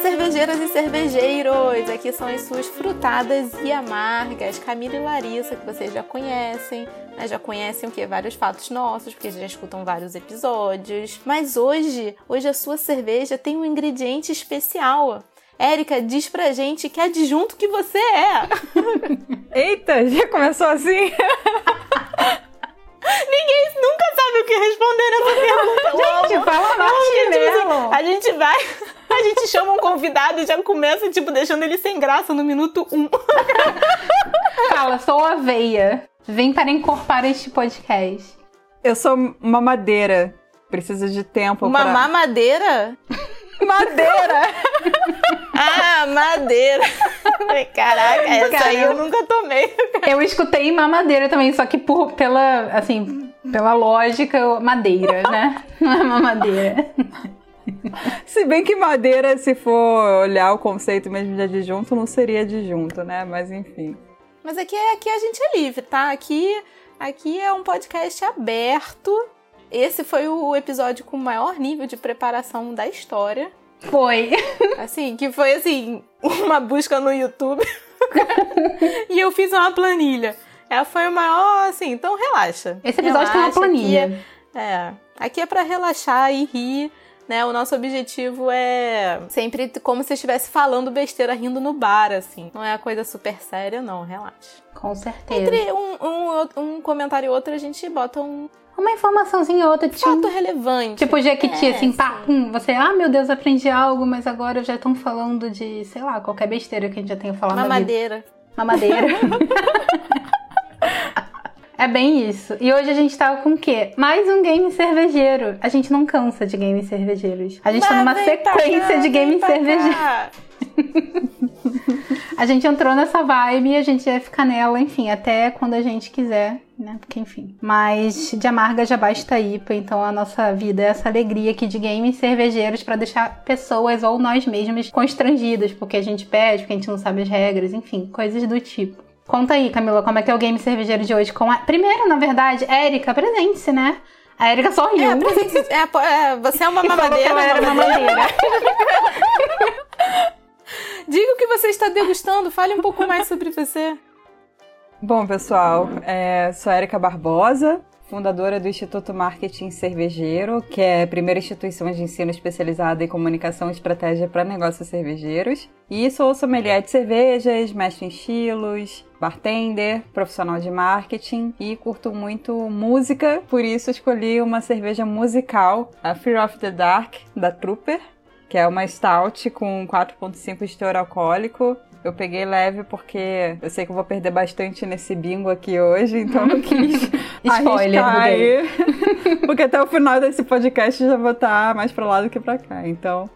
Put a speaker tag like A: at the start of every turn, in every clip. A: cervejeiras e cervejeiros! Aqui são as suas frutadas e amargas, Camila e Larissa, que vocês já conhecem, né? Já conhecem o quê? Vários fatos nossos, porque já escutam vários episódios. Mas hoje, hoje a sua cerveja tem um ingrediente especial. Érica, diz pra gente que adjunto que você é!
B: Eita, já começou assim?
A: Ninguém nunca sabe o que responder nessa pergunta. é
B: Gente, fala
A: Não,
B: Martinello.
A: tipo assim, a gente vai, a gente chama um convidado e já começa, tipo, deixando ele sem graça no minuto um.
C: Fala, sou a Veia. Vim para encorpar este podcast.
B: Eu sou uma madeira. Preciso de tempo
A: Uma
B: pra...
A: mamadeira?
B: madeira!
A: Ah, madeira. Caraca, essa aí eu nunca tomei.
C: Eu escutei mamadeira também, só que por, pela, assim, pela lógica, eu- madeira, né? Não é mamadeira.
B: se bem que madeira, se for olhar o conceito mesmo de adjunto, não seria adjunto, né? Mas enfim.
A: Mas aqui, é- aqui a gente é livre, tá? Aqui, aqui é um podcast aberto. Esse foi o episódio com o maior nível de preparação da história.
C: Foi.
A: Assim, que foi assim, uma busca no YouTube. e eu fiz uma planilha. Ela foi o maior, assim, então relaxa.
C: Esse episódio tem uma
A: Relaxa,
C: planilha.
A: aqui é, é. Aqui é pra relaxar e rir, né? O nosso objetivo é sempre como se estivesse falando besteira rindo no bar, assim. Não é coisa super séria, não, relaxa.
C: Com certeza.
A: Entre um, um, um comentário e outro, a gente bota um
C: Uma informaçãozinha ou outra,
A: fato
C: tipo,
A: relevante.
C: tipo Jequiti,
A: É,
C: assim, pá,
A: sim.
C: pum, você, ah, meu Deus, aprendi algo, mas agora já estão falando de, sei lá, qualquer besteira que a gente já tenha falado na vida.
A: mamadeira.
C: Mamadeira. é bem isso. E hoje a gente tá com o quê? Mais um game cervejeiro. A gente não cansa de games cervejeiros. A gente tá numa
A: Mas vem pra cá,
C: sequência de
A: vem
C: games
A: pra
C: cervejeiros.
A: cá.
C: A gente entrou nessa vibe e a gente vai ficar nela, enfim, até quando a gente quiser, né? Porque enfim. Mas de amarga já basta IPA, então a nossa vida é essa alegria aqui de games cervejeiros pra deixar pessoas ou nós mesmos constrangidas, porque a gente pede, porque a gente não sabe as regras, enfim, coisas do tipo. Conta aí, Camila, como é que é o game cervejeiro de hoje com a. Primeiro, na verdade, Érica, presente-se, né? A Érica só riu.
A: É, por isso que- é, po- é, você é uma
C: E falou que
A: mamadeira.
C: ela era
A: mamadeira.
C: mamadeira.
A: Diga o que você está degustando, fale um pouco mais sobre você.
B: Bom, pessoal, é, sou a Erika Barbosa, fundadora do Instituto Marketing Cervejeiro, que é a primeira instituição de ensino especializada em comunicação e estratégia para negócios cervejeiros. E sou sommelier de cervejas, mestre em estilos, bartender, profissional de marketing e curto muito música, por isso escolhi uma cerveja musical, a Fear of the Dark, da Trooper, que é uma stout com 4,5 de teor alcoólico. Eu peguei leve porque eu sei que eu vou perder bastante nesse bingo aqui hoje, então eu quis
C: Spoiler do
B: arriscar
C: game.
B: aí. porque até o final desse podcast eu já vou estar mais pra lá do que pra cá, então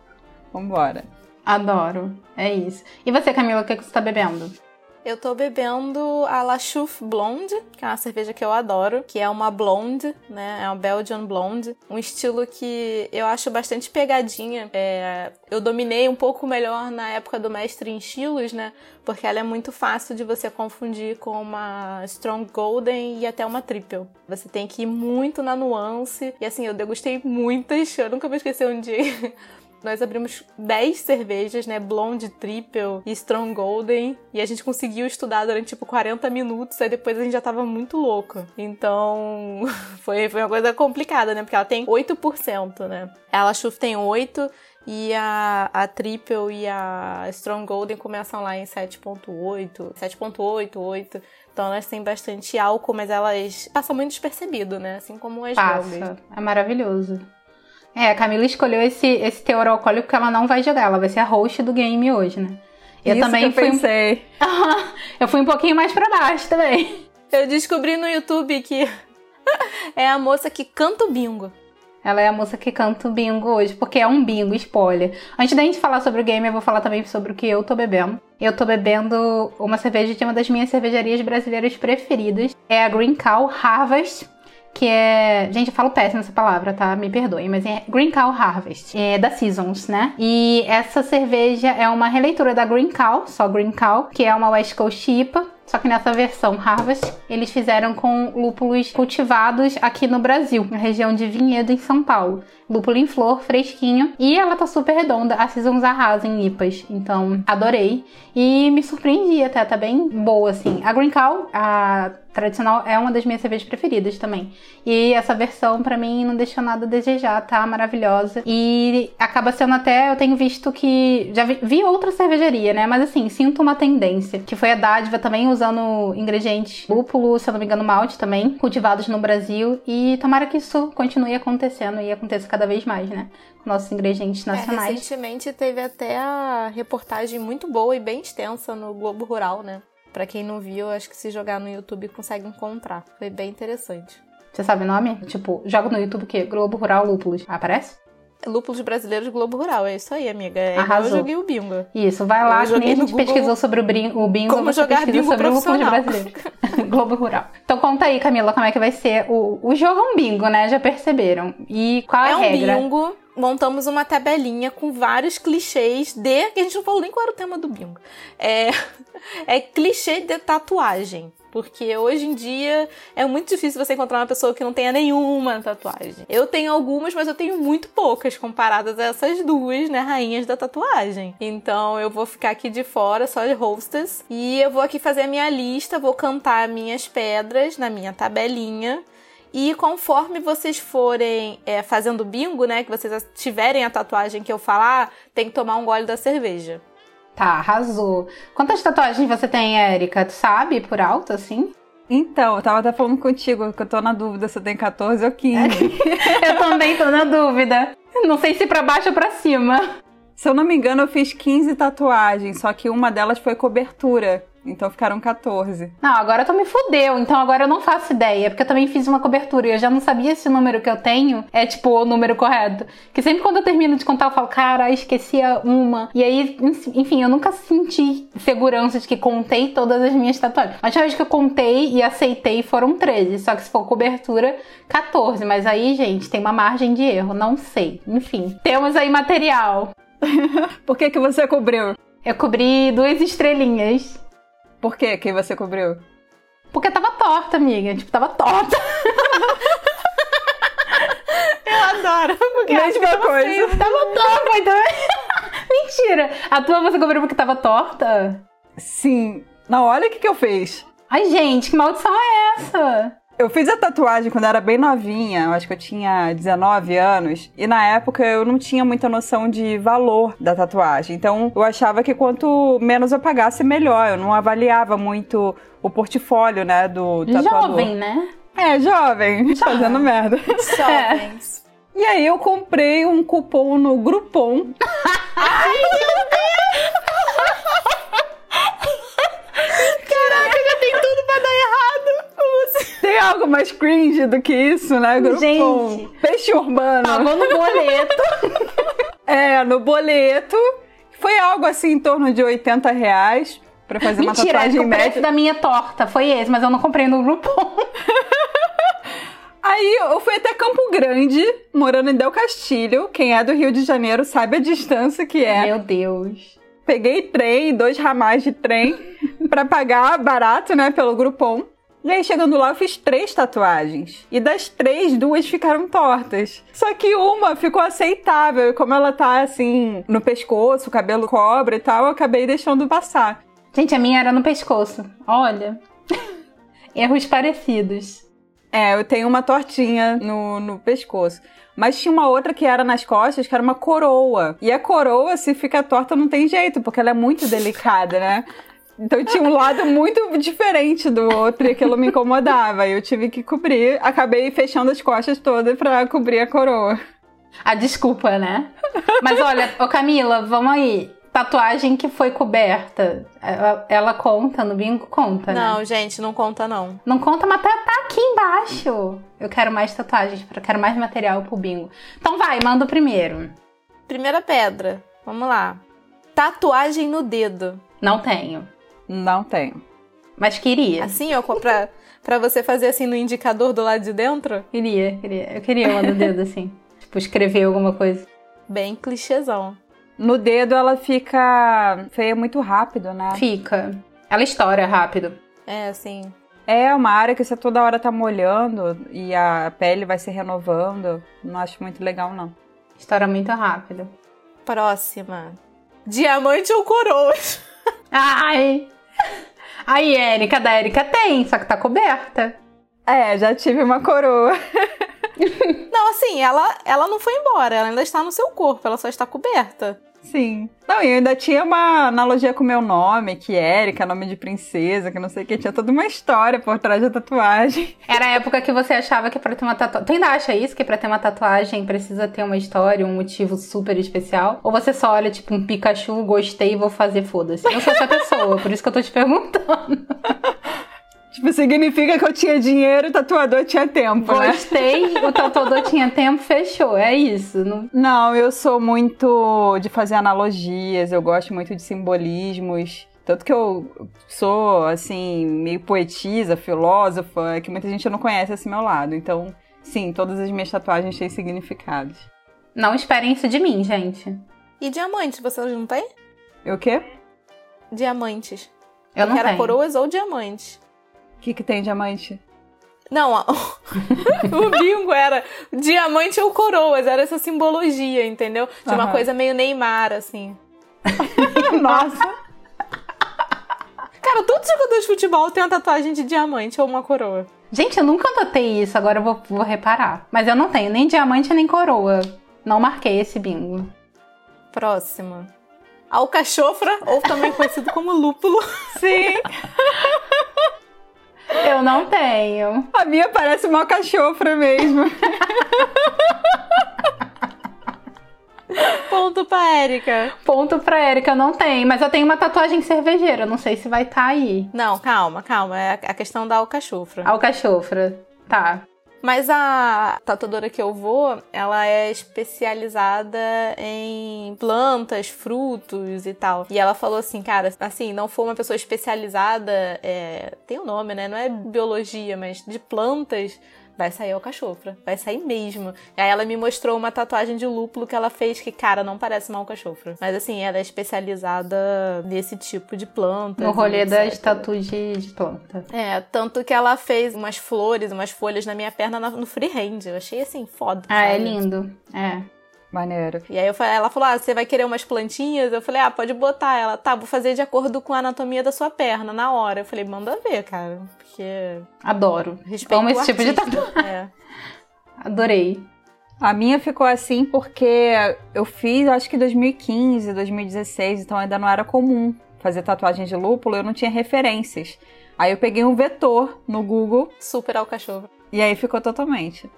B: vambora.
C: Adoro. É isso. E você, Camila, o que, é que você tá bebendo?
A: Eu tô bebendo a La Chouffe Blonde, que é uma cerveja que eu adoro, que é uma blonde, né? É uma Belgian blonde, um estilo que eu acho bastante pegadinha. É, eu dominei um pouco melhor na época do mestre em estilos, né? Porque ela é muito fácil de você confundir com uma Strong Golden e até uma Triple. Você tem que ir muito na nuance. E assim, eu degustei muitas, eu nunca vou esquecer um dia Nós abrimos 10 cervejas, né? Blonde, Triple e Strong Golden. E a gente conseguiu estudar durante, tipo, 40 minutos. Aí depois a gente já tava muito louco. Então, foi, foi uma coisa complicada, né? Porque ela tem 8%, né? Ela Chuf tem 8%. E a, a Triple e a Strong Golden começam lá em 7.8, 7.88. Então elas têm bastante álcool, mas elas passam muito despercebido, né? Assim como as belgas.
C: Passa. É maravilhoso. É, a Camila escolheu esse, esse teor alcoólico porque ela não vai jogar. Ela vai ser a host do game hoje, né? Eu
B: Isso
C: também
B: que eu
C: fui. um-
B: pensei.
C: eu fui um pouquinho mais pra baixo também.
A: Eu descobri no YouTube que é a moça que canta o bingo.
C: Ela é a moça que canta o bingo hoje, porque é um bingo, spoiler. Antes da gente falar sobre o game, eu vou falar também sobre o que eu tô bebendo. Eu tô bebendo uma cerveja de uma das minhas cervejarias brasileiras preferidas. É a Green Cow Harvest, que é... Gente, eu falo péssimo essa palavra, tá? Me perdoem, mas é Green Cow Harvest. É da Seasons, né? E essa cerveja é uma releitura da Green Cow, só Green Cow, que é uma West Coast IPA. Só que nessa versão Harvest, eles fizeram com lúpulos cultivados aqui no Brasil, na região de Vinhedo, em São Paulo. Lúpulo em flor, fresquinho. E ela tá super redonda, a Seasons arrasa em IPAs. Então, adorei. E me surpreendi até, tá bem boa, assim. A Green Cow, a tradicional, é uma das minhas cervejas preferidas também. E essa versão, para mim, não deixou nada a desejar, tá maravilhosa. E acaba sendo até, eu tenho visto que. Já vi, vi outra cervejaria, né? Mas assim, sinto uma tendência. Que foi a dádiva também usando ingredientes lúpulo, se eu não me engano, malte também, cultivados no Brasil. E tomara que isso continue acontecendo e aconteça cada vez mais, né? Com nossos ingredientes nacionais.
A: É, recentemente teve até a reportagem muito boa e bem extensa no Globo Rural, né? Pra quem não viu, acho que se jogar no YouTube consegue encontrar. Foi bem interessante.
C: Você sabe o nome? Tipo, joga no YouTube o quê? Globo Rural Lúpulos. Aparece?
A: É Lúpulos Brasileiros Globo Rural, é isso aí, amiga. É
C: Arrasou.
A: Eu joguei o bingo.
C: Isso, vai lá,
A: Eu
C: que nem
A: joguei
C: a
A: no
C: gente
A: Google
C: pesquisou sobre o, brin- o bingo,
A: como
C: você
A: jogar
C: pesquisa
A: bingo
C: sobre o lúpulo
A: profissional.
C: brasileiro. Globo Rural. Então conta aí, Camila, como é que vai ser. O, o jogo é um bingo, né? Já perceberam. E qual a
A: É um
C: regra?
A: bingo. Montamos uma tabelinha com vários clichês de. que a gente não falou nem qual era o tema do bingo. É, é clichê de tatuagem. Porque hoje em dia é muito difícil você encontrar uma pessoa que não tenha nenhuma tatuagem. Eu tenho algumas, mas eu tenho muito poucas comparadas a essas duas, né, rainhas da tatuagem. Então eu vou ficar aqui de fora, só de hostess. E eu vou aqui fazer a minha lista, vou cantar minhas pedras na minha tabelinha. E conforme vocês forem é, fazendo bingo, né? Que vocês tiverem a tatuagem que eu falar, tem que tomar um gole da cerveja.
C: Tá, arrasou. Quantas tatuagens você tem, Érica? Tu sabe, por alto, assim?
B: Então, eu tava até falando contigo, que eu tô na dúvida se eu tenho 14 ou
C: É.
B: 15.
C: eu também tô na dúvida. Não sei se pra baixo ou pra cima.
B: se eu não me engano, eu fiz 15 tatuagens, só que uma delas foi cobertura. Então ficaram 14.
C: Não, agora tu me fudeu, então agora eu não faço ideia, porque eu também fiz uma cobertura e eu já não sabia se o número que eu tenho é, tipo, o número correto. Que sempre quando eu termino de contar, eu falo, cara, eu esquecia uma. E aí, enfim, eu nunca senti segurança de que contei todas as minhas tatuagens. A última vez que eu contei e aceitei foram 13, só que se for cobertura, 14. Mas aí, gente, tem uma margem de erro, não sei. Enfim, temos aí material.
B: Por que, que você cobriu?
C: Eu cobri duas estrelinhas.
B: Por que que você cobriu?
C: Porque tava torta, amiga. Tipo, tava torta.
A: Eu adoro, porque
B: Mesma coisa.
C: Tava torta, então. Mentira! A tua você cobriu porque tava torta?
B: Sim. Não, olha o que, que eu fiz.
C: Ai, gente, que maldição é essa?
B: Eu fiz a tatuagem quando eu era bem novinha, eu acho que eu tinha 19 anos, e na época eu não tinha muita noção de valor da tatuagem. Então eu achava que quanto menos eu pagasse, melhor. Eu não avaliava muito o portfólio, né, do tatuador.
C: Jovem, né?
B: É, jovem, fazendo merda.
A: Jovens.
B: E aí eu comprei um cupom no Groupon.
A: Caraca, já tem tudo pra dar errado. Como assim?
B: Tem algo mais cringe do que isso, né? Groupon.
C: Gente.
B: Peixe urbano.
A: Tá
C: Pagou no boleto.
B: É, no boleto. Foi algo assim em torno de 80 reais pra fazer uma
A: é
C: Mentira, acho que
B: tatuagem
C: o preço
B: média.
C: da minha é torta foi esse, mas eu não comprei no Groupon.
B: Aí eu fui até Campo Grande, morando em Del Castilho. Quem é do Rio de Janeiro sabe a distância que é.
C: Meu Deus.
B: Peguei trem, dois ramais de trem, pra pagar barato, né, pelo Groupon. E aí, chegando lá, eu fiz três tatuagens. E das três, duas ficaram tortas. Só que uma ficou aceitável. E como ela tá, assim, no pescoço, o cabelo cobra e tal, eu acabei deixando passar.
C: Gente, a minha era no pescoço. Olha. Erros parecidos.
B: É, eu tenho uma tortinha no, no pescoço. Mas tinha uma outra que era nas costas, que era uma coroa. E a coroa, se fica torta, não tem jeito, porque ela é muito delicada, né? Então tinha um lado muito diferente do outro e aquilo me incomodava. E eu tive que cobrir. Acabei fechando as costas todas pra cobrir a coroa.
C: A desculpa, né? Mas olha, ô Camila, vamos aí. Tatuagem que foi coberta. Ela, ela conta no bingo? Conta, né?
A: Não, gente, não conta não.
C: Não conta, mas tá, tá aqui embaixo. Eu quero mais tatuagens, eu quero mais material pro bingo. Então vai, manda o primeiro.
A: Primeira pedra. Vamos lá. Tatuagem no dedo.
C: Não tenho,
B: Não tenho.
C: mas queria.
A: Assim, ó, pra, pra você fazer assim no indicador do lado de dentro?
C: Queria, queria. Eu queria uma do dedo assim. Tipo, escrever alguma coisa.
A: Bem clichêzão.
B: No dedo ela fica feia muito rápido, né?
C: Fica. Ela estoura rápido.
A: É, assim.
B: É uma área que você toda hora tá molhando e a pele vai se renovando. Não acho muito legal, não.
C: Estoura muito rápido.
A: Próxima. Diamante ou coroas?
C: Ai! Aí, Érica, da Érica tem, só que tá coberta.
B: É, já tive uma coroa.
A: Não, assim, ela, ela não foi embora, ela ainda está no seu corpo, ela só está coberta.
B: Sim. Não, e eu ainda tinha uma analogia com o meu nome, que Érica, nome de princesa, que não sei o que, tinha toda uma história por trás da tatuagem.
C: Era a época que você achava que é pra ter uma tatuagem. Tu ainda acha isso? Que é pra ter uma tatuagem precisa ter uma história, um motivo super especial? Ou você só olha, tipo, um Pikachu, gostei e vou fazer, foda-se? Eu sou essa pessoa, por isso que eu tô te perguntando.
B: Tipo, significa que eu tinha dinheiro e o tatuador tinha tempo, né?
C: Gostei, o tatuador tinha tempo, fechou. É isso. Não...
B: Não, eu sou muito de fazer analogias, eu gosto muito de simbolismos. Tanto que eu sou, assim, meio poetisa, filósofa, que muita gente não conhece esse meu lado. Então, sim, todas as minhas tatuagens têm significados.
C: Não esperem isso de mim, gente.
A: E diamantes, vocês não têm?
B: E o quê?
A: Diamantes.
C: Eu não
A: Era
C: tenho.
A: coroas ou diamantes.
B: O que, que tem diamante?
A: Não, a- o bingo era diamante ou coroas, era essa simbologia, entendeu? De uma
B: Aham.
A: coisa meio Neymar, assim.
B: Nossa!
A: Cara, todo jogador de futebol tem uma tatuagem de diamante ou uma coroa.
C: Gente, eu nunca notei isso, agora eu vou, vou reparar. Mas eu não tenho nem diamante nem coroa. Não marquei esse bingo.
A: Próxima. Alcachofra, ou também conhecido como lúpulo.
B: Sim!
C: Eu não tenho.
B: A minha parece uma cachofra mesmo.
A: Ponto pra Érica.
C: Ponto pra Erika, eu não tenho. Mas eu tenho uma tatuagem cervejeira, eu não sei se vai estar tá aí.
A: Não, calma, calma. É a a questão da alcachofra.
C: Alcachofra. Tá.
A: Mas a tatuadora que eu vou, ela é especializada em plantas, frutos e tal. E ela falou assim, cara, assim, não for uma pessoa especializada, é, tem um nome, né? Não é biologia, mas de plantas, vai sair alcachofra. Vai sair mesmo. Aí ela me mostrou uma tatuagem de lúpulo que ela fez que, cara, não parece uma alcachofra. Mas assim, ela é especializada nesse tipo de planta.
C: No rolê das tatu de, de planta.
A: É, tanto que ela fez umas flores, umas folhas na minha perna na- no freehand. Eu achei assim, foda.
C: Ah, é
A: sabe?
C: lindo. É.
B: Maneiro.
A: E aí eu falei, ela falou: Ah, você vai querer umas plantinhas? Eu falei, ah, pode botar ela. Tá, vou fazer de acordo com a anatomia da sua perna na hora. Eu falei, manda ver, cara. Porque
C: Adoro.
A: respeito.
C: Amo esse
A: o
C: tipo de
A: artista. É.
C: Adorei.
B: A minha ficou assim porque eu fiz, acho que em 2015, 2016, então ainda não era comum fazer tatuagem de lúpulo, eu não tinha referências. Aí eu peguei um vetor no Google
A: Super alcachofra.
B: e aí ficou totalmente.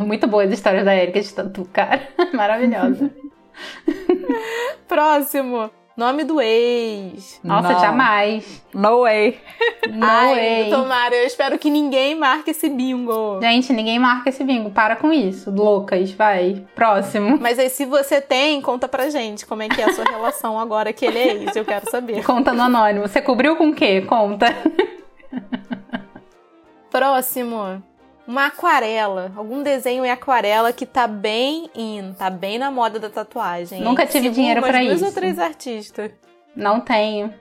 C: Muito boa as histórias da Erika de tatu, cara. Maravilhosa.
A: Próximo. Nome do ex.
C: Nossa,
B: Não.
C: jamais.
B: No way.
C: No
A: Ai,
C: way.
A: tomara. Eu espero que ninguém marque esse bingo.
C: Gente, ninguém marca esse bingo. Para com isso. Loucas, vai. Próximo.
A: Mas aí, se você tem, conta pra gente como é que é a sua relação agora que ele é ex. Eu quero saber.
C: Conta no anônimo. Você cobriu com o quê? Conta.
A: Próximo. Uma aquarela. Algum desenho em aquarela que tá bem in, tá bem na moda da tatuagem. hein?
C: Nunca tive
A: Sigo
C: dinheiro
A: umas
C: pra
A: duas
C: isso.
A: ou três artistas.
C: Não tenho.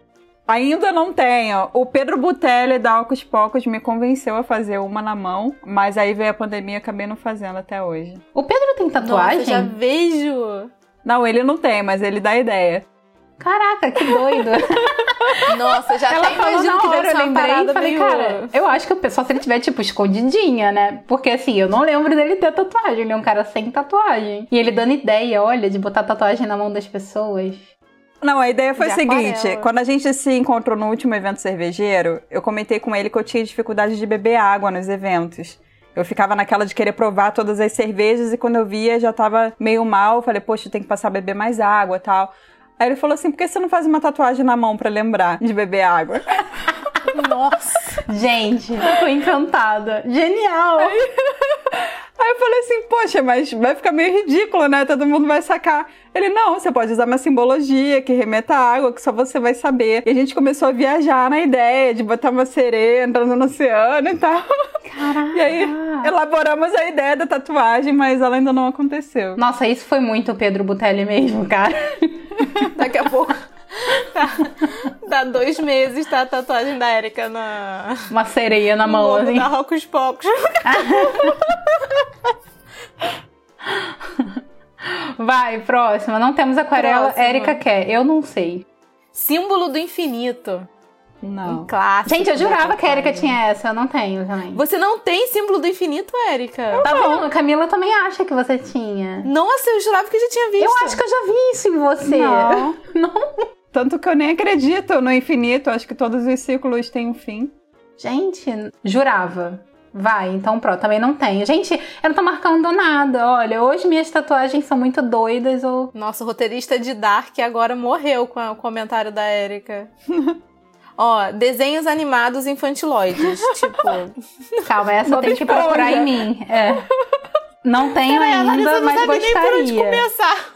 B: Ainda não tenho. O Pedro Butelli da Alcos Pocos me convenceu a fazer uma na mão, mas aí veio a pandemia e acabei não fazendo até hoje.
C: O Pedro tem
A: Nossa,
C: tatuagem?
A: já vejo.
B: Não, ele não tem, mas ele dá ideia.
C: Caraca, que doido.
A: Nossa, já
C: Ela
A: até
C: falou
A: imagino
C: na
A: que
C: hora,
A: deve
C: eu
A: ser uma
C: lembrei
A: parada
C: e falei,
A: meio...
C: cara, eu acho que o pessoal, se ele tiver, tipo, escondidinha, né? Porque, assim, eu não lembro dele ter tatuagem. Ele é um cara sem tatuagem. E ele dando ideia, olha, de botar tatuagem na mão das pessoas.
B: Não, a ideia foi
A: De
B: a seguinte:
A: aquarela.
B: quando a gente se encontrou no último evento cervejeiro, eu comentei com ele que eu tinha dificuldade de beber água nos eventos. Eu ficava naquela de querer provar todas as cervejas e quando eu via já tava meio mal. Eu falei, poxa, tem que passar a beber mais água tal. Aí ele falou assim: por que você não faz uma tatuagem na mão pra lembrar de beber água?
A: Nossa.
C: Gente, eu tô encantada. Genial!
B: Aí eu falei assim, poxa, mas vai ficar meio ridículo, né? Todo mundo vai sacar. Ele, não, você pode usar uma simbologia que remeta à água, que só você vai saber. E a gente começou a viajar na ideia de botar uma sereia entrando no oceano e tal.
C: Caraca!
B: E aí elaboramos a ideia da tatuagem, mas ela ainda não aconteceu.
C: Nossa, isso foi muito Pedro Butelli mesmo, cara.
A: Daqui a pouco... tá dois meses, tá a tatuagem da Erika na.
C: Uma sereia na mão,
A: logo
C: assim.
A: da Rocos Pocos.
C: Vai, próxima. Não temos aquarela.
A: Próxima.
C: Érica quer. Eu não sei.
A: Símbolo do infinito. Um
B: Não.
A: clássico.
C: Gente, eu
A: da
C: jurava que a Erika
A: tatuagem.
C: tinha essa. Eu não tenho também.
A: Você não tem símbolo do infinito, Erika?
C: Tá bom, a Camila também acha que você tinha.
A: Nossa, assim, eu jurava que eu já tinha visto.
C: Eu acho que eu já vi isso em você. é.
B: Não. Tanto que eu nem acredito no infinito. Acho que todos os ciclos têm um fim.
C: Gente, jurava. Vai, então pronto, também não tenho. Gente, eu não tô marcando nada. Olha, hoje minhas tatuagens são muito doidas ou.
A: Nosso roteirista de Dark agora morreu com a- o comentário da Erika. Ó, desenhos animados infantiloides. tipo,
C: Calma, essa eu
B: Bob
C: tenho que
B: Esponja.
C: procurar em mim. É. Não tenho
A: Peraí, a Larissa
C: ainda,
A: não
C: mas
A: sabe nem por onde
C: gostaria.
A: começar.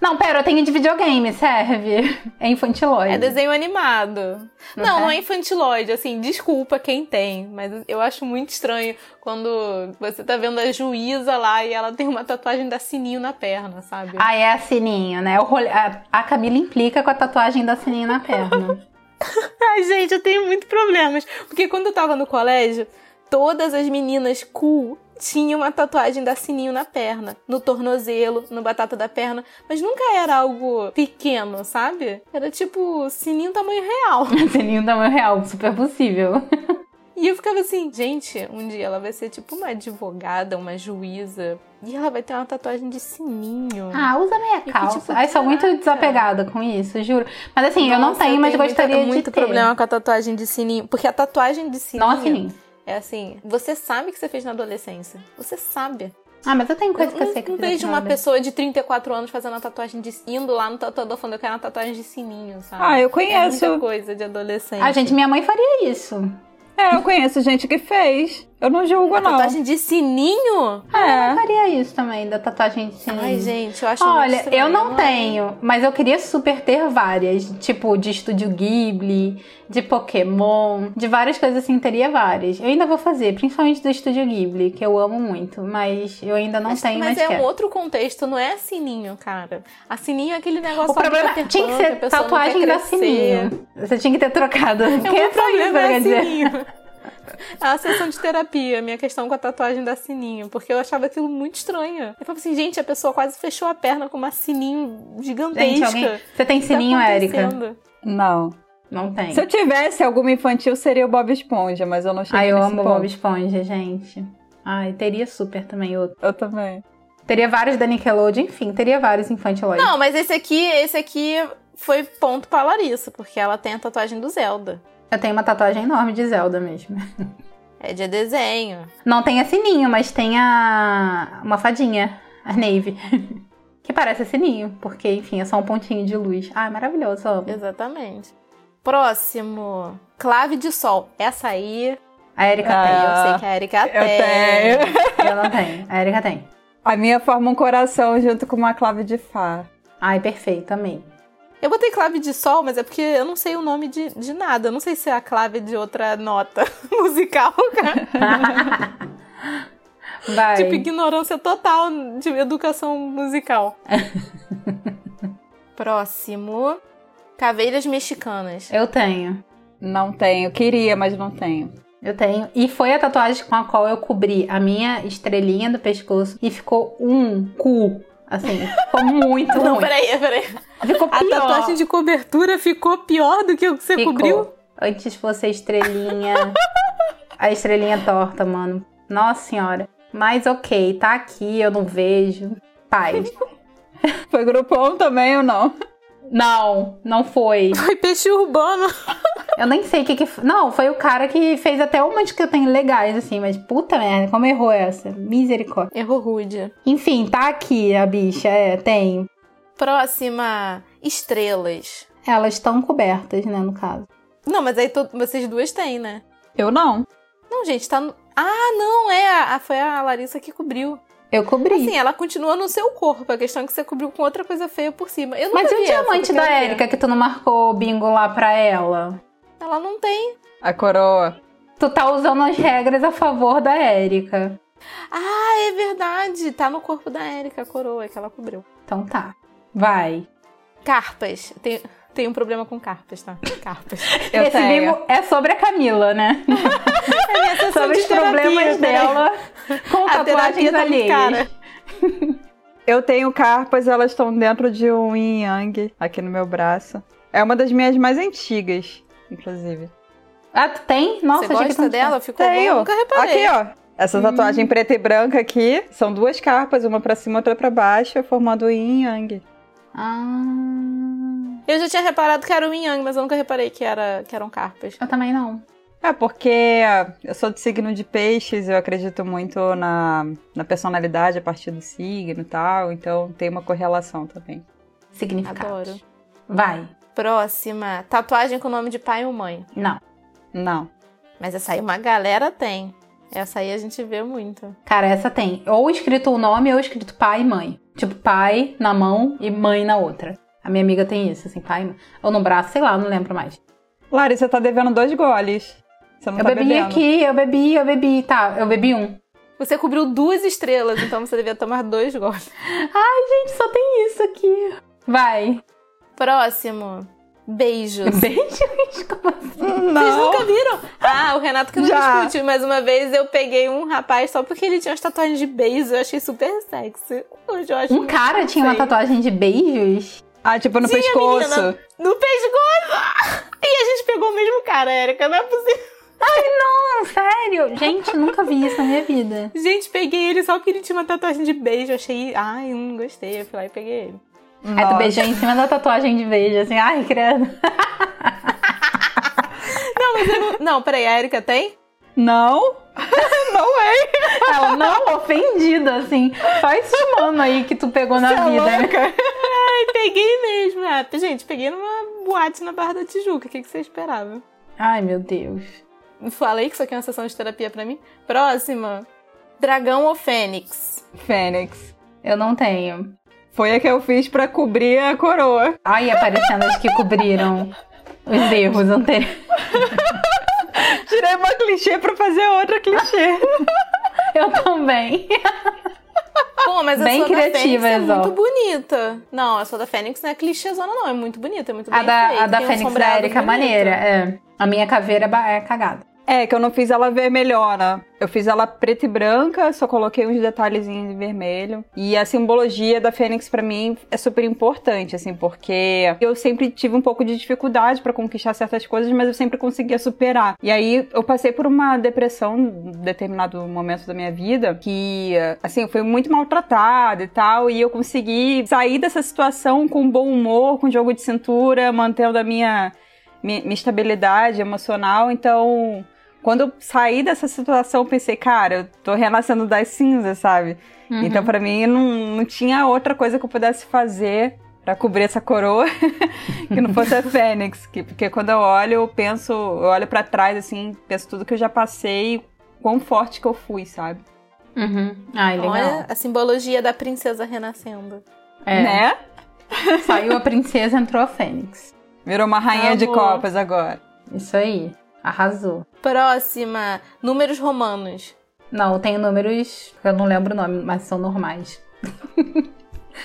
C: não, pera, eu tenho de videogame, serve. É infantiloide.
A: É desenho animado. Não,
C: é?
A: não é infantiloide. Assim, desculpa quem tem, mas eu acho muito estranho quando você tá vendo a juíza lá e ela tem uma tatuagem da Sininho na perna, sabe?
C: Ah, é a sininho, né? O rolê- a, a Camila implica com a tatuagem da sininho na perna.
A: Ai, gente, eu tenho muitos problemas. Porque quando eu tava no colégio, todas as meninas cool tinham uma tatuagem da sininho na perna, no tornozelo, no batata da perna, mas nunca era algo pequeno, sabe? Era tipo sininho tamanho real.
C: sininho da meu real, super possível.
A: E eu ficava assim, gente, um dia ela vai ser tipo uma advogada, uma juíza, e ela vai ter uma tatuagem de sininho.
C: Ah, usa meia
A: que,
C: calça.
A: tipo,
C: Ai, sou muito
A: caraca.
C: desapegada com isso, juro. Mas assim, eu não
A: Nossa,
C: tenho, mas gostaria
A: muito, muito
C: de ter.
A: problema com a tatuagem de sininho, porque a tatuagem de sininho
C: Não a sininho.
A: É assim, você sabe que você fez na adolescência. Você sabe.
C: Ah, mas eu tenho coisa que eu
A: não,
C: sei que
A: não
C: eu fiz
A: vejo
C: na
A: uma
C: vida.
A: pessoa de 34 anos fazendo a tatuagem de. indo lá no tatuador falando eu quero uma tatuagem de sininho, sabe?
B: Ah, eu
A: é
B: conheço.
A: muita coisa de adolescente.
C: Ah, gente, minha mãe faria isso.
B: É, eu conheço gente que fez. Eu não julgo, não. É.
A: Tatuagem de sininho?
C: Ah, eu faria isso também, da tatuagem de sininho.
A: Ai, gente, eu acho muito
C: Olha,
A: estranho. é?
C: eu não tenho, mas eu queria super ter várias. Tipo, de Estúdio Ghibli, de Pokémon, de várias coisas assim, teria várias. Eu ainda vou fazer, principalmente do Estúdio Ghibli, que eu amo muito, mas eu ainda não
A: Mas,
C: tenho,
A: mas
C: mas,
A: é
C: quero.
A: um outro contexto, não é sininho, cara. A sininho é aquele negócio lá do
C: O problema
A: Peter
C: tinha que
A: Pan, a
C: ser
A: pessoa não
C: tatuagem
A: quer
C: da
A: crescer.
C: Sininho. Você tinha que ter trocado.
A: É,
C: Porque
A: o
C: é
A: meu
C: só isso
A: problema
C: que eu
A: é
C: quero
A: a
C: dizer.
A: sininho. É uma sessão de terapia, minha questão com a tatuagem da sininho, porque eu achava aquilo muito estranho. Eu falava assim, gente, a pessoa quase fechou a perna com uma sininho gigantesca.
C: Gente, alguém... Você tem
A: O que tá
C: sininho, Érica?
A: acontecendo?
B: Não.
C: Não tem.
B: Se eu tivesse alguma infantil, seria o Bob Esponja, mas eu não cheguei
C: Ai, Ah, eu
B: nesse
C: amo
B: ponto.
C: Bob Esponja, gente. Ai, teria super também outro.
B: Eu também.
C: Teria vários da Nickelodeon, enfim, teria vários infantiloides.
A: Não, mas esse aqui, esse aqui foi ponto pra Larissa, porque ela tem a tatuagem do Zelda.
C: Eu tenho uma tatuagem enorme de Zelda mesmo.
A: É de desenho.
C: Não tem a sininho, mas tem a. uma fadinha, a Nave. que parece a sininho, porque, enfim, é só um pontinho de luz. Ah, maravilhoso, amo.
A: Exatamente. Próximo. Clave de sol. Essa aí,
C: A Erika
B: Ah,
A: eu sei que a Erika
B: eu
C: É.
A: tem.
B: tenho.
C: tem. Eu não tenho. A Erika tem.
B: A minha forma um coração junto com uma clave de fá.
C: Ai, perfeito, amei.
A: Eu botei clave de sol, mas é porque eu não sei o nome de, de nada. Eu não sei se é a clave de outra nota musical, cara.
C: Vai.
A: Tipo, ignorância total de educação musical. Próximo. Caveiras mexicanas.
C: Eu tenho.
B: Não tenho. Queria, mas não tenho.
C: Eu tenho. E foi a tatuagem com a qual eu cobri a minha estrelinha do pescoço e ficou um cu. Assim, ficou muito
A: Não,
C: ruim.
A: peraí, peraí.
C: Ficou
A: A
C: pior.
A: tatuagem de cobertura ficou pior do que o que você
C: Ficou.
A: cobriu?
C: Antes fosse a estrelinha. a estrelinha torta, mano. Nossa senhora. Mas ok, tá aqui, eu não vejo. Pai.
B: Foi grupo 1 também ou não?
C: Não, não foi.
A: Foi peixe urbano.
C: Eu nem sei o que que foi. Não, foi o cara que fez até umas que eu tenho legais, assim, mas puta merda, como errou essa? Misericórdia.
A: Errou rude.
C: Enfim, tá aqui a bicha, é, tenho.
A: Próxima. Estrelas.
C: Elas estão cobertas, né, no caso.
A: Não, mas aí to- vocês duas têm, né?
B: Eu não.
A: Não, gente, tá no... Ah, não, é. a- a- foi a Larissa que cobriu.
C: Eu cobri.
A: Assim, ela continua no seu corpo. A questão é que você cobriu com outra coisa feia por cima. Eu
C: mas
A: nunca
C: e o
A: vi essa,
C: diamante
A: porque é
C: da
A: ela-
C: Érica que tu não marcou o bingo lá pra ela?
A: Ela não tem.
B: A coroa.
C: Tu tá usando as regras a favor da Érica.
A: Ah, é verdade. Tá no corpo da Érica, a coroa que ela cobriu.
C: Então tá. Vai.
A: Carpas. Tem... Tenho um problema com carpas, tá? Carpas.
B: Eu
C: Esse
B: tenho.
C: bingo é sobre a Camila, né?
A: É minha sessão
C: sobre
A: de
C: os problemas
A: terapia, né?
C: dela com
A: A
C: tatuagens
A: terapia tá muito
C: alheias.
A: cara.
B: Eu tenho carpas, elas estão dentro de um yin e yang aqui no meu braço. É uma das minhas mais antigas, inclusive.
C: Ah, tu tem? Nossa,
A: Você
C: achei que
A: gosta
C: tu não
A: dela? Ficou bom?
B: Tenho.
A: Eu Nunca reparei.
B: Aqui, ó. Essa tatuagem
C: Hum.
B: preta e branca aqui são duas carpas, uma pra cima, outra pra baixo, formando o yin e yang.
C: tinha. Ah,
A: Eu já tinha reparado que era o Yang, mas eu nunca reparei que, era, que eram carpas.
C: eu também não.
B: É, porque eu sou do signo de peixes, eu acredito muito na, na personalidade a partir do signo e tal, então tem uma correlação também.
C: Significado.
A: Adoro.
C: Vai.
A: Próxima. Tatuagem com o nome de pai ou mãe.
C: Não.
B: Não.
A: Mas essa aí uma galera tem. Essa aí a gente vê muito.
C: Cara, essa tem ou escrito o nome ou escrito pai e mãe. Tipo, pai na mão e mãe na outra. A minha amiga tem isso, assim, pai e mãe. Ou no braço, sei lá, não lembro mais.
B: Lari, você tá devendo dois goles. Você não
C: eu
B: tá
C: bebi
B: bebendo.
C: aqui, eu bebi, eu bebi. Tá, eu bebi um.
A: Você cobriu duas estrelas, então você devia tomar dois gols.
C: Gente, só tem isso aqui. Vai.
A: Próximo. Beijos.
C: Beijos, como assim?
A: Vocês
B: Não.
A: nunca viram? Ah, o Renato que não
B: Já.
A: discute, mas uma vez eu peguei um rapaz só porque ele tinha umas tatuagens de beijo, eu achei super sexy. Hoje eu acho
C: Um cara tinha uma
A: Sei.
C: tatuagem de beijos?
B: Ah, tipo no
A: Sim, a
B: pescoço.
C: né?
A: menina. no pescoço. E a gente pegou o mesmo cara, Érica, não é possível.
C: Não, Ah, sério? Gente, eu nunca vi isso na minha vida.
A: Gente, peguei ele só porque ele tinha uma tatuagem de beijo, achei, ai, não gostei, eu fui lá e peguei ele.
C: Aí tu
B: Nossa.
C: beijou em cima da tatuagem de beijo, assim, ai, credo.
A: Não, peraí, a Erika tem?
B: Não? não é.
C: Ela não ofendida, assim. Só esse mano aí que tu pegou na
B: Você é
C: vida.
B: louca?
A: Ai, peguei mesmo. Ah, gente, peguei numa boate na Barra da Tijuca, o que, que você esperava?
C: Ai, meu Deus.
A: Falei que isso aqui é uma sessão de terapia pra mim. Próxima. Dragão ou Fênix?
B: Fênix.
C: Eu não tenho.
B: Foi a que eu fiz pra cobrir a coroa.
C: Ai, aparecendo as que cobriram os erros anteriores.
B: Tirei uma clichê pra fazer outra clichê.
C: Eu também.
A: Pô, mas
C: Ah, Bem
A: a sua da Fênix
C: criativa,
A: é
C: Exol.
A: muito bonita. Não, a sua da Fênix não é clichêzona, não. É muito bonita, é muito
C: A
A: bem feita,
C: da, a da
A: tem um
C: Fênix da
A: sombreado
C: Erika é
A: bonito.
C: maneira. É. A minha caveira ba- é cagada.
B: É, que eu não fiz ela vermelhona. Eu fiz ela preta e branca, só coloquei uns detalhezinhos de vermelho. E a simbologia da Fênix pra mim é super importante, assim, porque eu sempre tive um pouco de dificuldade pra conquistar certas coisas, mas eu sempre conseguia superar. E aí eu passei por uma depressão em determinado momento da minha vida, que, assim, eu fui muito maltratada e tal, e eu consegui sair dessa situação com bom humor, com jogo de cintura, mantendo a minha mi- minha estabilidade emocional. Então, quando eu saí dessa situação, eu pensei, cara, eu tô renascendo das cinzas, sabe?
C: Uhum.
B: Então, pra mim, não, não tinha outra coisa que eu pudesse fazer pra cobrir essa coroa que não fosse a Fênix. Que, porque quando eu olho, eu penso, eu olho pra trás, assim, penso tudo que eu já passei, quão forte que eu fui, sabe?
C: Uhum. Ai, legal.
A: Olha a simbologia da princesa renascendo.
C: É.
B: Né?
C: Saiu a princesa, entrou a Fênix.
B: Virou uma rainha de
A: Amor.
B: copas agora.
C: Isso aí. Arrasou.
A: Próxima. Números romanos.
C: Não, tem números. Eu não lembro o nome, mas são normais.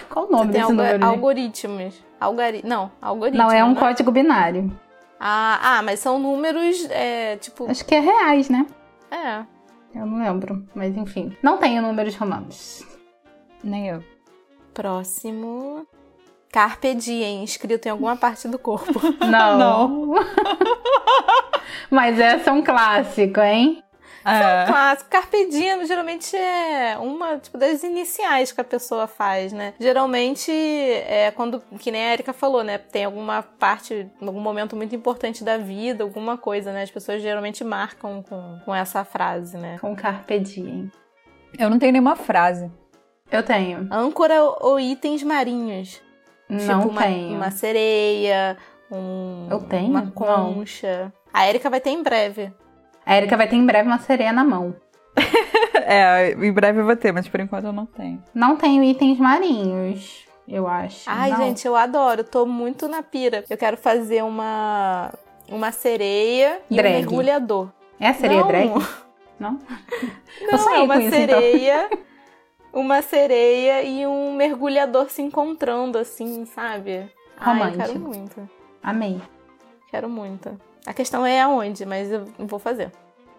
C: Qual o nome
A: Você tem
C: desse
A: algo-
C: número? gente?
A: algoritmos. Algori... Não, algoritmo.
C: Não, é um
A: né?
C: código binário.
A: Ah, ah, mas são números, é, tipo...
C: Acho que é reais, né?
A: É.
C: Eu não lembro, mas enfim. Não tenho números romanos.
B: Nem eu.
A: Próximo. Carpe diem, escrito em alguma parte do corpo.
C: Não. mas essa é um clássico, hein?
B: É.
A: Clássico. Carpe diem geralmente é uma tipo, das iniciais que a pessoa faz, né? Geralmente é quando, que nem a Erika falou, né? Tem alguma parte, algum momento muito importante da vida, alguma coisa, né? As pessoas geralmente marcam com, com essa frase, né?
C: Com carpe diem.
B: Eu não tenho nenhuma frase.
C: Eu tenho.
A: Âncora ou itens marinhos.
C: não
A: tipo uma,
C: tenho.
A: uma sereia, um,
C: Eu tenho?
A: uma
C: Não.
A: concha. A Erika vai ter em breve.
C: A Erika vai ter em breve uma sereia na mão.
B: É, em breve eu vou ter, mas por enquanto eu não tenho.
C: Não tenho itens marinhos, eu acho.
A: Ai,
C: Não.
A: gente, eu adoro. Tô muito na pira. Eu quero fazer uma, uma sereia e
C: Drag.
A: um mergulhador.
C: É a sereia
A: Não.
C: drag? Não?
A: Não,
C: sonhei
A: é
C: com
A: uma
C: isso, então.
A: sereia. Uma sereia e um mergulhador se encontrando, assim, sabe? Ai, eu
C: Romântico.
A: quero muito.
C: Amei.
A: Quero muito. A questão é aonde, mas eu vou fazer.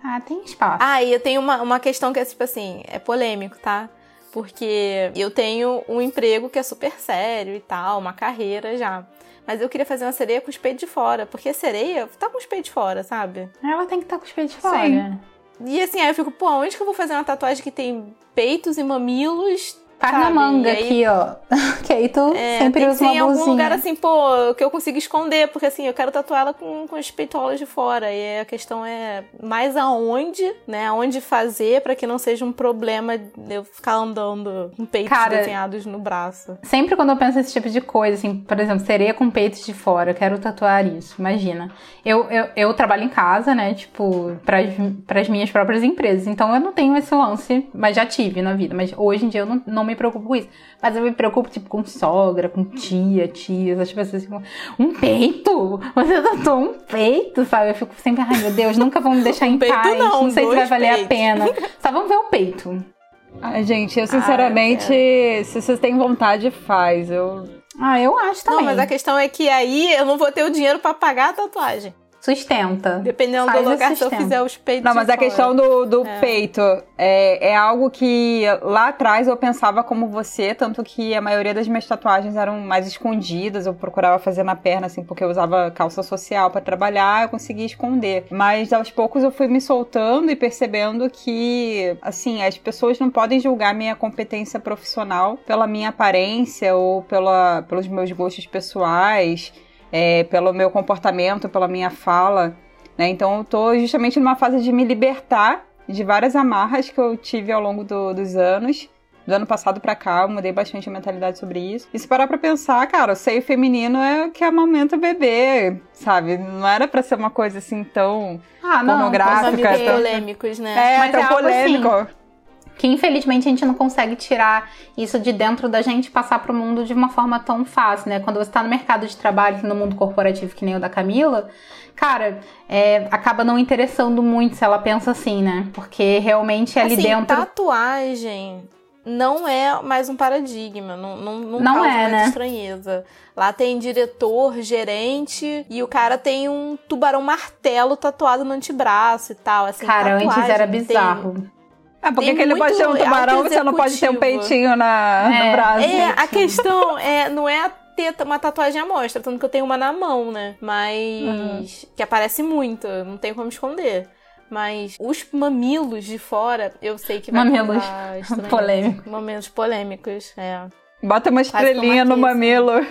C: Ah, tem espaço.
A: Ah, e eu tenho uma, uma questão que é tipo assim, é polêmico, tá? Porque eu tenho um emprego que é super sério e tal, uma carreira já. Mas eu queria fazer uma sereia com os peitos de fora, porque a sereia tá com os peitos de fora, sabe?
C: Ela tem que estar com os peitos de fora.
B: Sim.
A: E assim, aí eu fico, pô, onde que eu vou fazer uma tatuagem que tem peitos e mamilos?
C: Faz na
A: sabe?
C: manga
A: E aí-
C: aqui, ó. que aí tu
A: É,
C: sempre
A: tem que
C: usa
A: ser em
C: uma
A: algum
C: blusinha.
A: lugar assim, pô, que eu consiga esconder, porque assim, eu quero tatuar ela com, com os peitolas de fora. E a questão é mais aonde, né? Aonde fazer pra que não seja um problema de eu ficar andando com peitos
C: Cara,
A: desenhados no braço.
C: Sempre quando eu penso nesse tipo de coisa, assim, por exemplo, sereia com peitos de fora, eu quero tatuar isso, imagina. Eu, eu, eu trabalho em casa, né, tipo, para as minhas próprias empresas, então eu não tenho esse lance, mas já tive na vida, mas hoje em dia eu não, não me preocupo com isso. Mas eu me preocupo, tipo, com sogra, com tia, tias, as pessoas ficam, um peito? Você tatuou um peito, sabe? Eu fico sempre, ai meu Deus, nunca vão me deixar em
A: Um peito
C: paz,
A: não,
C: sei se
A: dois
C: vai valer a
A: peitos.
C: pena. Só vamos ver o peito.
B: Ai, gente, eu sinceramente, se vocês têm vontade, faz. Eu
C: Ah, eu acho
A: Não,
C: também.
A: mas a questão é que aí eu não vou ter o dinheiro pra pagar a tatuagem.
C: Sustenta.
A: Dependendo
C: Faz
A: do lugar,
C: esse
A: se eu
C: sistema.
A: fizer os peitos
B: Não, mas
A: de
B: é a
A: fora.
B: questão do, do peito é, é algo que lá atrás eu pensava como você, tanto que a maioria das minhas tatuagens eram mais escondidas, eu procurava fazer na perna, assim, porque eu usava calça social pra trabalhar, eu conseguia esconder. Mas aos poucos eu fui me soltando e percebendo que, assim, as pessoas não podem julgar minha competência profissional pela minha aparência ou pela, pelos meus gostos pessoais, é, pelo meu comportamento, pela minha fala né? Então eu tô justamente numa fase de me libertar de várias amarras que eu tive ao longo do- dos anos. Do ano passado pra cá, eu mudei bastante a mentalidade sobre isso. E se parar pra pensar, cara, o seio feminino é o que amamenta o bebê, sabe? Não era pra ser uma coisa assim tão.
C: Ah, não.
A: Os
B: Pornográfica.
A: amigos
C: com certeza.
A: polêmicos, né?
B: É,
C: mas
B: tão
C: então- é algo
B: polêmico.
C: Que infelizmente a gente não consegue tirar isso de dentro da gente e passar pro mundo de uma forma tão fácil, né? Quando você tá no mercado de trabalho, no mundo corporativo, que nem o da Camila, cara, é, acaba não interessando muito se ela pensa assim, né? Porque realmente ali
A: Assim,
C: dentro.
A: tatuagem não é mais um paradigma, não, não, não,
C: Não
A: causa
C: é,
A: mais
C: né?
A: estranheza. Lá tem diretor, gerente e o cara tem um tubarão martelo tatuado no antebraço e tal. Assim,
C: Cara,
A: tatuagem
C: antes era
A: tem-
C: bizarro.
B: É, porque
A: Tem
B: aquele
A: muito
B: pode ter um tubarão, você não pode ter um
A: auto-executivo.
B: peitinho na,
C: É.
B: no braço.
A: É, a questão é, não é a ter uma tatuagem à mostra, tanto que eu tenho uma na mão, né?
C: Uhum.
A: Mas. Que aparece muito, não tem como esconder. Mas os mamilos de fora, eu sei que vai
C: Mamilos.
A: causar estranheza.
C: Polêmico.
A: Momentos polêmicos, é.
B: Bota uma estrelinha no
A: tomar aqui,
B: mamilo.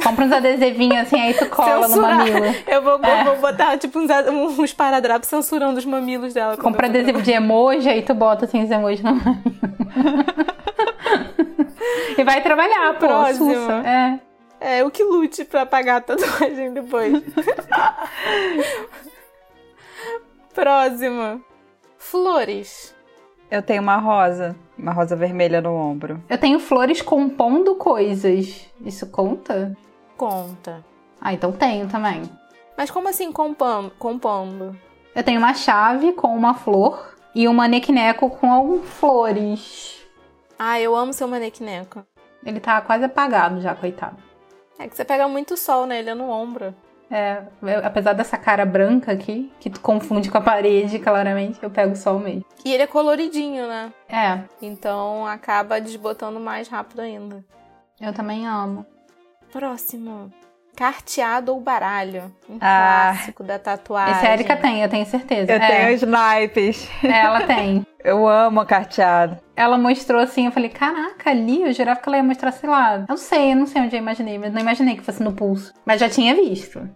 C: Compra uns adesivinhos assim, aí tu cola
A: Censurar.
C: no mamilo.
A: Eu vou, eu vou botar, tipo, uns, uns paradrapos censurando os mamilos dela. quando
C: Compra
A: eu-
C: adesivo de emoji, aí tu bota assim os emojis no mamilo. E vai trabalhar, pô.
A: Próximo.
C: Sussa. É.
A: É, o que lute pra pagar a tatuagem depois. Próxima. Flores.
B: Eu tenho uma rosa, uma rosa vermelha no ombro.
C: Eu tenho flores compondo coisas. Isso conta?
A: Conta.
C: Ah, então tenho também.
A: Mas como assim compan- compondo?
C: Eu tenho uma chave com uma flor e um manequineco com flores.
A: Ah, eu amo seu manequineco.
C: Ele tá quase apagado já, coitado.
A: É que você pega muito sol, né? Ele é no ombro.
C: É, eu- apesar dessa cara branca aqui, que tu confunde com a parede, claramente, eu pego só o meio.
A: E ele é coloridinho, né?
C: É,
A: Então acaba desbotando mais rápido ainda.
C: eu também amo.
A: Próximo. Carteado ou baralho. Um
B: Ah.
A: clássico da tatuagem.
C: Esse é a Erika tem, eu tenho certeza.
B: Eu tenho
C: é,
B: os naipes.
C: Ela tem.
B: Eu amo carteado.
C: Ela mostrou assim, eu falei, caraca, ali eu jurava que ela ia mostrar, sei lá. Eu não sei, eu não sei onde eu imaginei, mas não imaginei que fosse no pulso. Mas já tinha visto.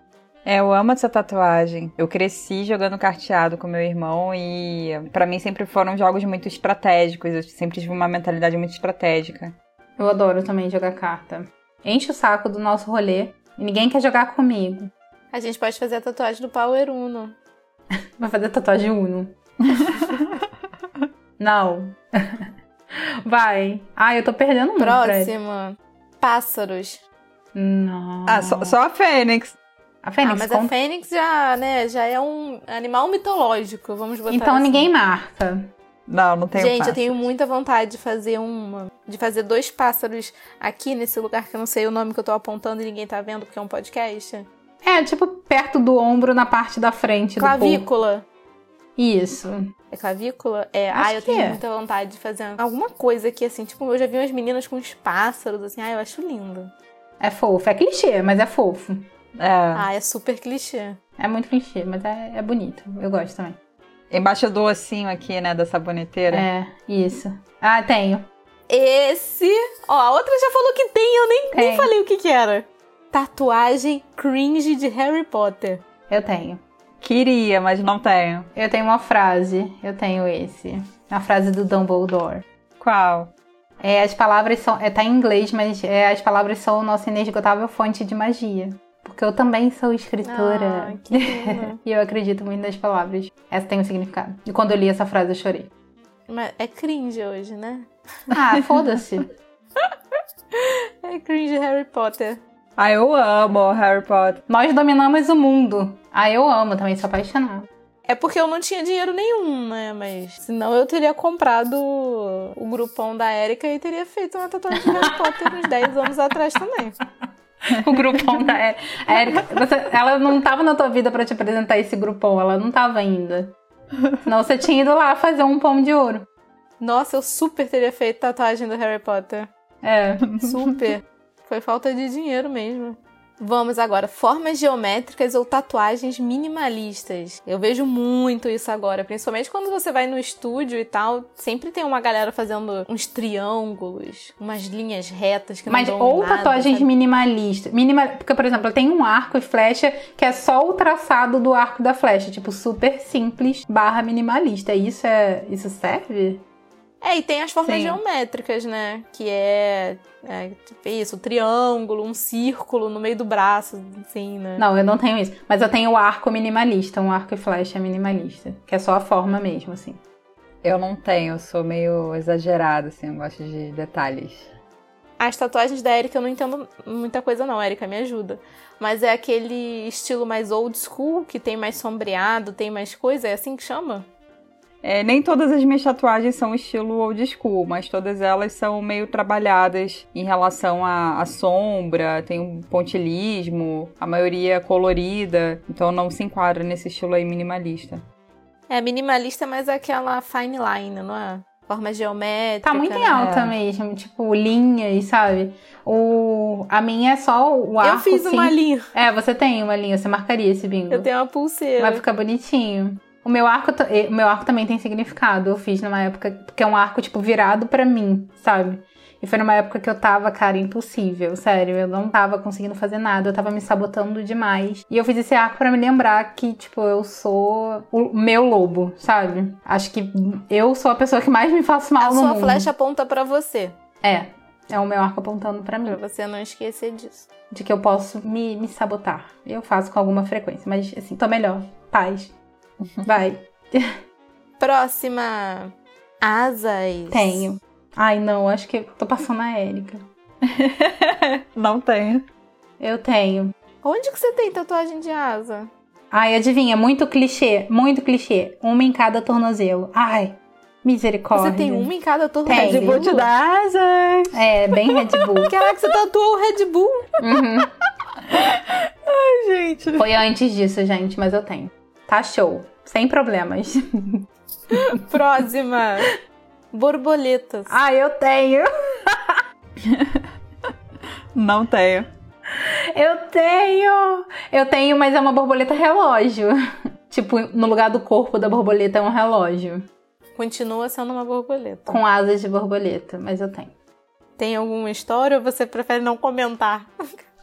B: É, eu amo essa tatuagem. Eu cresci jogando carteado com meu irmão e pra mim sempre foram jogos muito estratégicos. Eu sempre tive uma mentalidade muito estratégica.
C: Eu adoro também jogar carta. Enche o saco do nosso rolê e ninguém quer jogar comigo.
A: A gente pode fazer a tatuagem do Power Uno.
C: Vai fazer tatuagem Uno. não. Vai. Ah, eu tô perdendo muito. Fred.
A: Próxima. Pássaros.
C: Não.
B: Ah, só, só a Fênix.
C: A
A: Ah,
C: Fênix
A: mas a
C: conta.
A: Fênix já, né, já é um animal mitológico, vamos botar
C: Então
A: assim.
C: ninguém marca.
B: Não, não tenho
A: Gente, eu
B: passo.
A: tenho um muita vontade de fazer uma. De fazer dois pássaros aqui nesse lugar que eu não sei o nome que eu tô apontando e ninguém tá vendo, porque é um podcast.
C: É, tipo perto do ombro, na parte da frente do corpo.
A: Clavícula.
C: Isso.
A: É clavícula? É.
C: Acho
A: ah, eu
C: que
A: tenho
C: é.
A: muita vontade de fazer alguma coisa aqui, assim. Tipo, eu já vi umas meninas com uns pássaros, assim. Ah, eu acho lindo.
C: É fofo. É clichê, mas é fofo. Tá.
B: É.
A: Ah, é super clichê.
C: É muito clichê, mas é, é bonito. Eu gosto também.
B: Embaixo do ossinho É. aqui, né, da saboneteira.
C: É, isso. Ah, tenho.
A: Esse. Ó, a outra já falou que tem, eu nem, nem
C: Tem.
A: falei o que que era. Tatuagem cringe de Harry Potter.
C: Eu tenho.
B: Queria, mas não tenho.
C: Eu tenho uma frase. Eu tenho esse. A frase do Dumbledore.
B: Qual?
C: É, as palavras são. É, tá em inglês, mas é, as palavras são nossa inesgotável fonte de magia. Porque eu também sou escritora.
A: Ah, que lindo.
C: E eu acredito muito nas palavras. Essa tem um significado. E quando eu li essa frase, eu chorei.
A: Mas é cringe hoje, né?
C: Ah, foda-se.
A: É cringe Harry Potter.
B: Ah, eu amo Harry Potter.
C: Nós dominamos o mundo. Ah, eu amo também, sou apaixonada.
A: É porque eu não tinha dinheiro nenhum, né? Mas senão eu teria comprado o grupão da Erika e teria feito uma tatuagem de Harry Potter uns 10 anos atrás também.
C: O grupão da Érica. Érica, é. você, ela não tava na tua vida pra te apresentar esse grupão, ela não tava ainda. Senão você tinha ido lá fazer um pão de ouro.
A: Nossa, eu super teria feito tatuagem do Harry Potter.
C: É.
A: Super. Foi falta de dinheiro mesmo. Vamos agora, formas geométricas ou tatuagens minimalistas. Eu vejo muito isso agora, principalmente quando você vai no estúdio e tal, sempre tem uma galera fazendo uns triângulos, umas linhas retas que não
C: Mas
A: dão
C: ou
A: nada,
C: tatuagens
A: sabe?
C: minimalistas. Minimal... Porque, por exemplo, tem um arco e flecha que é só o traçado do arco e da flecha. Tipo, super simples barra minimalista. Isso é. Isso serve?
A: É, e tem as formas
B: Sim.
A: geométricas, né? Que é, é tipo isso, um triângulo, um círculo no meio do braço, assim, né?
C: Não, eu não tenho isso. Mas eu tenho o arco minimalista, um arco e flecha minimalista. Que é só a forma mesmo, assim.
B: Eu não tenho, eu sou meio exagerada, assim, eu gosto de detalhes.
A: As tatuagens da Erika eu não entendo muita coisa, não, Erika, me ajuda. Mas é aquele estilo mais old school, que tem mais sombreado, tem mais coisa, é assim que chama?
B: É, nem todas as minhas tatuagens são estilo old school, mas todas elas são meio trabalhadas em relação à, à sombra, tem um pontilhismo, a maioria é colorida, então não se enquadra nesse estilo aí minimalista.
A: É minimalista, mas é aquela fine line, não é? Forma geométrica.
C: Tá muito em
A: né?
C: alta
B: É.
C: mesmo, tipo, linhas, sabe? O... A minha é só o arco.
A: Eu fiz uma
C: sim.
A: linha,
C: É, você tem uma linha, você marcaria esse bingo.
A: eu tenho uma
C: Vai
A: pulseira.
C: ficar bonitinho. O meu arco, ta- eh, o meu arco também tem significado. Eu fiz numa época porque é um arco tipo virado pra mim, sabe? E foi numa época que eu tava, cara, impossível, sério. Eu não tava conseguindo fazer nada, eu tava me sabotando demais. E eu fiz esse arco pra me lembrar que, tipo, eu sou o meu lobo, sabe? Acho que eu sou a pessoa que mais me faço mal
A: A
C: no
A: sua
C: mundo.
A: flecha aponta pra você,
C: É, é o meu arco apontando pra mim
A: pra você não esquecer disso.
C: de que eu posso me, me sabotar. Eu faço com alguma frequência, mas assim, tô melhor. Paz. Vai.
A: Próxima. Asas.
C: Tenho. Ai, não, acho que eu tô passando a Érica.
B: Não tenho.
C: Eu tenho.
A: Onde que você tem tatuagem de asa?
C: Ai, adivinha, muito clichê, muito clichê. Uma em cada tornozelo. Ai, misericórdia.
A: Você tem uma em cada tornozelo?
C: Tem.
B: Red Bull te dá asas!
C: É, bem Red Bull.
A: Caraca, você tatuou o Red Bull?
C: Uhum.
B: Gente,
C: Foi antes disso, gente, mas eu tenho. Tá show. Sem problemas.
A: Próxima. Borboletas.
C: Ai, eu tenho.
B: não tenho.
C: Eu tenho. Eu tenho, mas é uma borboleta relógio. Tipo, no lugar do corpo da borboleta é um relógio.
A: Continua sendo uma borboleta.
C: Com asas de borboleta, mas eu tenho.
A: Tem alguma história ou você prefere não comentar?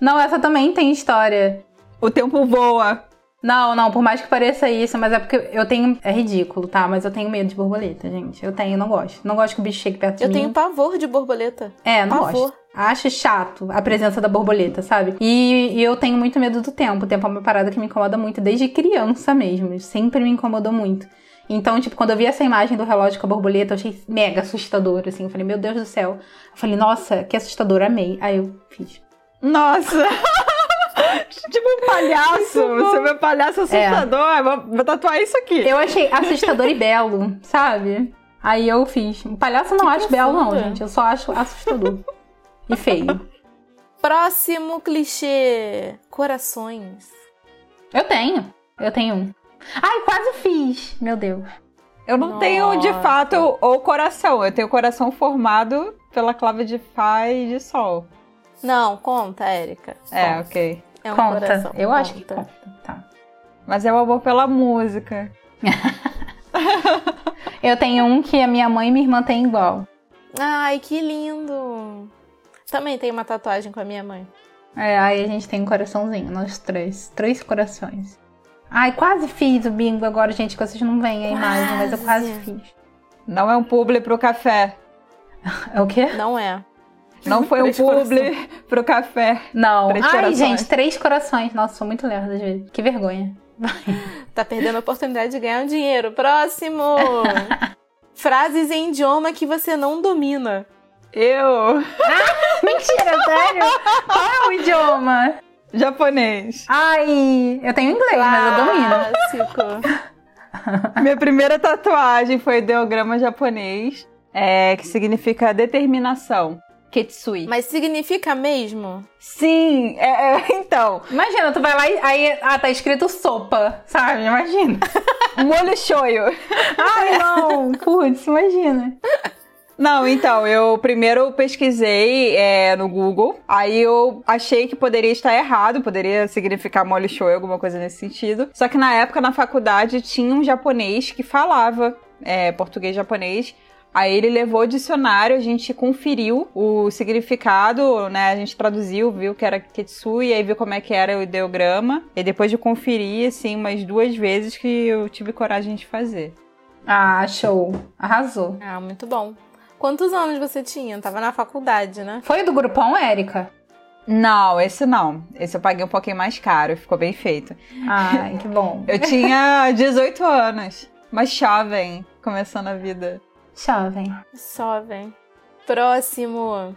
C: Não, essa também tem história.
B: O tempo voa.
C: Não, não, por mais que pareça isso, mas é porque eu tenho. É ridículo, tá? Mas eu tenho medo de borboleta, gente. Eu tenho, não gosto. Não gosto que o bicho chegue perto
A: Eu
C: de
A: tenho
C: mim.
A: pavor de borboleta.
C: É, não
A: pavor.
C: gosto. Acho chato a presença da borboleta, sabe? E, e eu tenho muito medo do tempo. O tempo é uma parada que me incomoda muito desde criança mesmo. Sempre me incomodou muito. Então, tipo, quando eu vi essa imagem do relógio com a borboleta, eu achei mega assustador, assim. Eu falei, meu Deus do céu. Eu falei, nossa, que assustador, amei. Aí eu fiz.
B: Nossa! tipo um palhaço. É. Você é meu palhaço assustador. Vou, vou tatuar isso aqui.
C: Eu achei assustador e belo, sabe? Aí eu fiz. Palhaço eu não
A: Que
C: acho belo, não,
A: profunda.
C: gente. Eu só acho assustador. e feio.
A: Próximo clichê: corações.
C: Eu tenho. Eu tenho um. Ai, quase fiz. Meu Deus.
B: Eu não
A: Nossa.
B: tenho de fato o coração, eu tenho o coração formado pela clava de Fá e de Sol.
A: Não, conta, Érica.
B: É,
A: Conta.
B: ok.
A: É um
C: conta.
A: coração.
C: Eu acho que
A: Conta.
C: conta. Tá.
B: Mas é o amor pela música.
C: Eu tenho um que a minha mãe e minha irmã têm igual.
A: Ai, que lindo. Também tem uma tatuagem com a minha mãe.
C: É, aí a gente tem um coraçãozinho, nós três. Três corações. Ai, quase fiz o bingo agora, gente, que vocês não veem a imagem, mas eu quase
A: Quase.
C: fiz.
B: Não é um publi pro café.
C: É o quê?
A: Não é.
B: Não foi um
A: Três corações.
B: publi pro café.
C: Não.
B: Três
C: Ai,
B: corações.
C: gente, três corações. Nossa, sou muito lerda às vezes. Que vergonha.
A: Tá perdendo a oportunidade de ganhar um dinheiro. Próximo! Frases em idioma que você não domina.
B: Eu,
C: Mentira, sério? Qual é o idioma?
B: japonês.
C: Ai, eu tenho inglês, mas eu domino.
A: Clássico.
B: Minha primeira tatuagem foi ideograma japonês, é, que significa determinação. Ketsui.
A: Mas significa mesmo?
B: Sim, é, é, então,
C: Imagina, tu vai lá e aí, ah, tá escrito sopa, sabe? Imagina.
B: molho shoyu.
C: Ai, não. Putz, imagina.
B: Não, então, eu primeiro pesquisei é, no Google, aí eu achei que poderia estar errado, poderia significar molho shoyu, alguma coisa nesse sentido. Só que na época, na faculdade, tinha um japonês que falava é, português japonês. Aí ele levou o dicionário, a gente conferiu o significado, né? A gente traduziu, viu que era Ketsui, aí viu como é que era o ideograma. E depois de conferir, assim, umas duas vezes que eu tive coragem de fazer.
C: Ah, show. Arrasou.
A: Ah, muito bom. Quantos anos você tinha? Tava na faculdade, né?
C: Foi do grupão, Érica?
B: Não, esse não. Esse eu paguei um pouquinho mais caro, ficou bem feito.
C: Ai, que bom.
B: Eu tinha 18 anos, mas jovem, começando a vida.
C: Jovem.
A: Jovem. Próximo.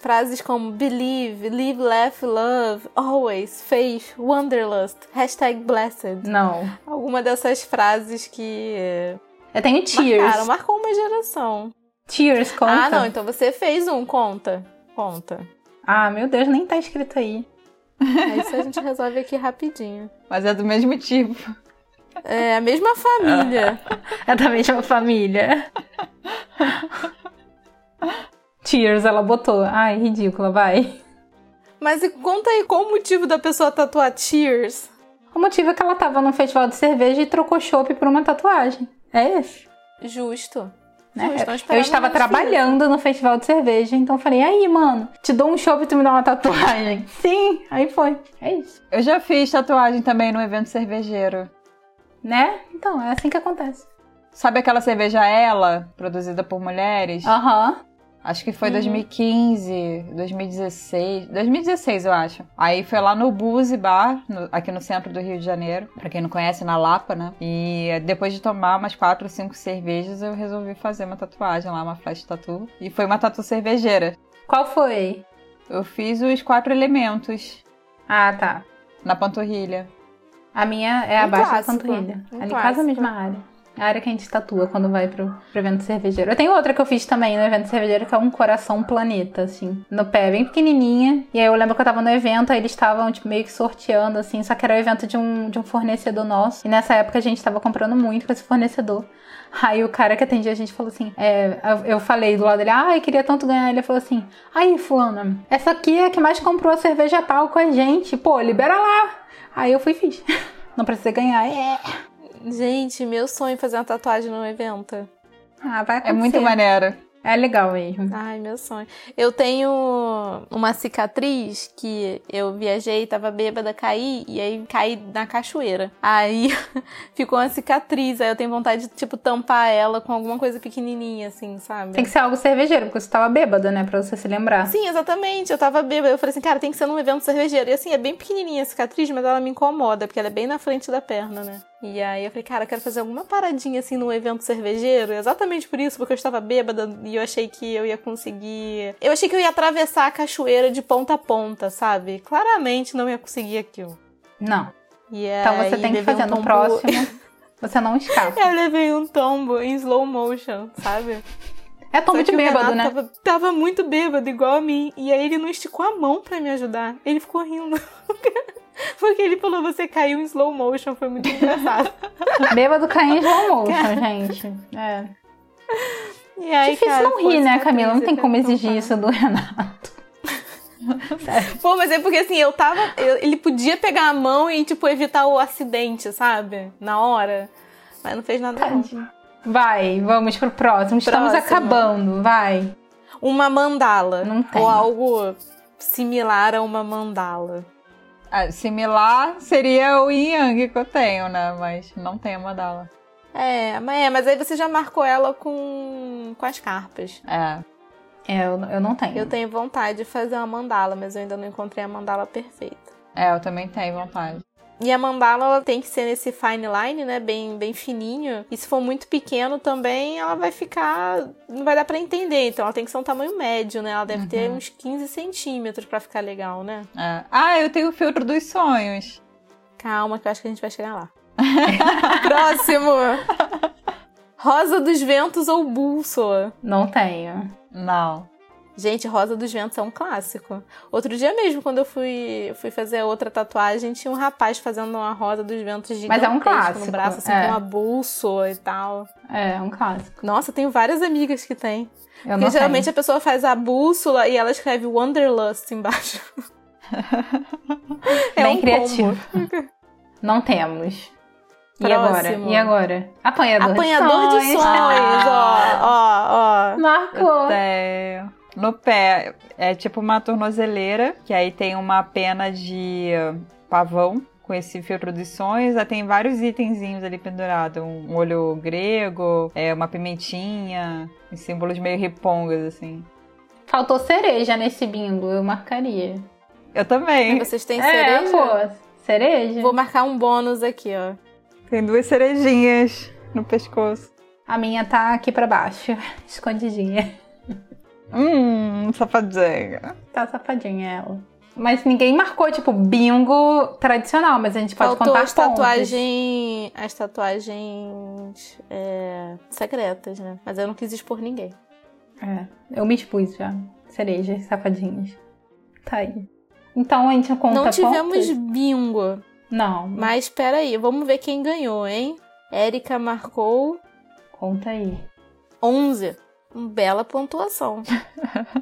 A: Frases como believe, live, laugh, love, always, faith, wanderlust, hashtag blessed.
C: Não.
A: Alguma dessas frases que eh,
C: Eu tenho
A: marcaram,
C: Tears.
A: marcou uma geração.
C: Tears, conta.
A: Ah, não, então você fez um, conta. Conta.
C: Ah, meu Deus, nem tá escrito aí.
A: É isso a gente resolve aqui rapidinho.
B: Mas é do mesmo tipo.
A: É a mesma família.
C: É da mesma família. Tears, ela botou. Ai, ridícula, vai.
A: Mas e conta aí qual o motivo da pessoa tatuar Tears.
C: O motivo é que ela tava num festival de cerveja e trocou chopp por uma tatuagem. É esse.
A: Justo.
C: né?
A: Justo, nós
C: Eu
A: esperamos
C: estava
A: menos
C: trabalhando no festival de cerveja, então eu falei, aí, mano, te dou um chopp e tu me dá uma tatuagem. Sim, aí foi. É isso.
B: Eu já fiz tatuagem também num evento cervejeiro.
C: Né? Então, é assim que acontece.
B: Sabe aquela cerveja Ela, produzida por mulheres?
C: Aham.
B: Acho que foi 2015, 2016. 2016, eu acho. Aí foi lá no Buzzi Bar, no- aqui no centro do Rio de Janeiro. Pra quem não conhece, na Lapa, né? E eh, depois de tomar umas quatro, cinco cervejas, eu resolvi fazer uma tatuagem lá, uma flash tatu. E foi uma tatu cervejeira.
C: Qual foi?
B: Eu fiz os quatro elementos
C: Ah, tá.
B: na panturrilha.
C: A minha é
A: Um
C: abaixo da
A: clássico,
C: panturrilha.
A: um
C: Ali quase
A: clássico.
C: a mesma área. A área que a gente tatua quando vai pro, pro evento cervejeiro. Eu tenho outra que eu fiz também no evento cervejeiro, que é um coração planeta, assim. No pé, bem pequenininha. E aí eu lembro que eu tava no evento, aí eles estavam tipo, meio que sorteando, assim. Só que era o evento de um, de um fornecedor nosso. E nessa época a gente tava comprando muito com esse fornecedor. Aí o cara que atendia a gente falou assim: é, eu falei do lado dele, ah, eu queria tanto ganhar. Ele falou assim: aí, Fulana, essa aqui é a que mais comprou a cerveja a pau com a gente. Pô, libera lá. Aí eu fui e fiz. Não precisei ganhar. É.
A: Gente, meu sonho é fazer uma tatuagem num evento.
C: Ah, vai
B: É muito
C: maneiro.
B: maneiro.
C: É legal mesmo.
A: Ai, meu sonho. Eu tenho uma cicatriz que eu viajei, tava bêbada, caí e aí caí na cachoeira. Aí ficou uma cicatriz, aí eu tenho vontade de, tipo, tampar ela com alguma coisa pequenininha, assim, sabe?
C: Tem que ser algo cervejeiro, porque você tava bêbada, né? Pra você se lembrar.
A: Sim, exatamente. Eu tava bêbada. Eu falei assim, cara, tem que ser num evento cervejeiro. E assim, é bem pequenininha a cicatriz, mas ela me incomoda, porque ela é bem na frente da perna, né? E aí eu falei, cara, eu quero fazer alguma paradinha assim num evento cervejeiro. Exatamente por isso, porque eu estava bêbada e eu achei que eu ia conseguir. Eu achei que eu ia atravessar a cachoeira de ponta a ponta, sabe? Claramente não ia conseguir aquilo.
C: Não.
A: E
C: Então você
A: aí
C: tem que
A: levei
C: fazer
A: um
C: no
A: tombo-
C: próximo. Você não escapa.
A: Eu levei um tombo em slow motion, sabe?
C: É tombo
A: Só
C: de
A: que o
C: bêbado,
A: Renato
C: né?
A: Tava, tava muito bêbado, igual a mim. E aí ele não esticou a mão pra me ajudar. Ele ficou rindo. Porque ele falou, você caiu em slow motion, foi muito engraçado.
C: né? Bêbado cair em slow motion, gente. É.
A: E aí,
C: Difícil
A: cara,
C: não
A: pô,
C: rir, né,
A: cicatriz,
C: Camila? Não tem
A: é
C: como
A: tão
C: exigir
A: fácil.
C: isso do Renato.
A: Pô, mas é porque assim, eu tava. eu- ele podia pegar a mão e, tipo, evitar o acidente, sabe? Na hora. Mas não fez nada. Não.
C: Vai, vamos pro próximo. Estamos
A: Próximo.
C: acabando, vai.
A: Uma mandala.
C: Não tem.
A: Ou algo similar a uma mandala.
B: Ah, similar seria o yin yang que eu tenho, né? Mas não tem a mandala.
A: É, mas, é, mas aí você já marcou ela com, com as carpas.
B: É.
C: É, eu, eu não tenho.
A: Eu tenho vontade de fazer uma mandala, mas eu ainda não encontrei a mandala perfeita.
B: É, eu também tenho vontade.
A: E a mandala ela tem que ser nesse fine line, né? Bem, bem fininho. E se for muito pequeno também, ela vai ficar. Não vai dar pra entender. Então ela tem que ser um tamanho médio, né? Ela deve ter uns 15 centímetros pra ficar legal, né?
B: É. Ah, eu tenho o filtro dos sonhos.
A: Calma, que eu acho que a gente vai chegar lá. Próximo! Rosa dos Ventos ou Bússola?
C: Não tenho.
B: Não.
A: Gente, Rosa dos Ventos é um clássico. Outro dia mesmo, quando eu fui, fui fazer outra tatuagem, tinha um rapaz fazendo uma Rosa dos Ventos gigantesca
C: Mas é um clássico,
A: no braço, assim,
C: é.
A: com uma bússola e tal.
C: É, é um clássico.
A: Nossa, eu tenho várias amigas que têm.
C: Eu
A: Porque
C: não
A: geralmente a pessoa faz a bússola e ela escreve Wanderlust embaixo.
C: tenho. Bem
A: um
C: criativo.
A: combo.
C: Não temos. E
A: Próximo.
C: agora? E agora? Apanhador,
A: Apanhador de sonhos, ó, ó, ó.
C: Marcou.
B: Tenho. No pé é tipo uma tornozeleira, que aí tem uma pena de uh, pavão com esse filtro dos sonhos. Aí tem vários itenzinhos ali pendurado, um olho grego, é uma pimentinha, e símbolos meio ripongas assim.
C: Faltou cereja nesse bingo, eu marcaria.
B: Eu também.
A: Vocês têm
C: É,
A: cereja?
C: pô, cereja.
A: Vou marcar um bônus aqui, ó.
B: Tem duas cerejinhas no pescoço.
C: A minha tá aqui pra baixo, escondidinha.
B: Hum, safadinha.
C: Tá safadinha ela. Mas ninguém marcou, tipo, bingo tradicional, mas a gente pode
A: Faltou
C: contar
A: as
C: pontos.
A: tatuagens. As tatuagens. é, secretas, né? Mas eu não quis expor ninguém.
C: É, eu me expus já. Cerejas, safadinhas. Tá aí. Então a gente conta
A: não tivemos
C: pontos?
A: bingo.
C: Não,
A: Mas peraí, vamos ver quem ganhou, hein? Érica marcou
C: conta aí.
A: 11. Uma bela pontuação.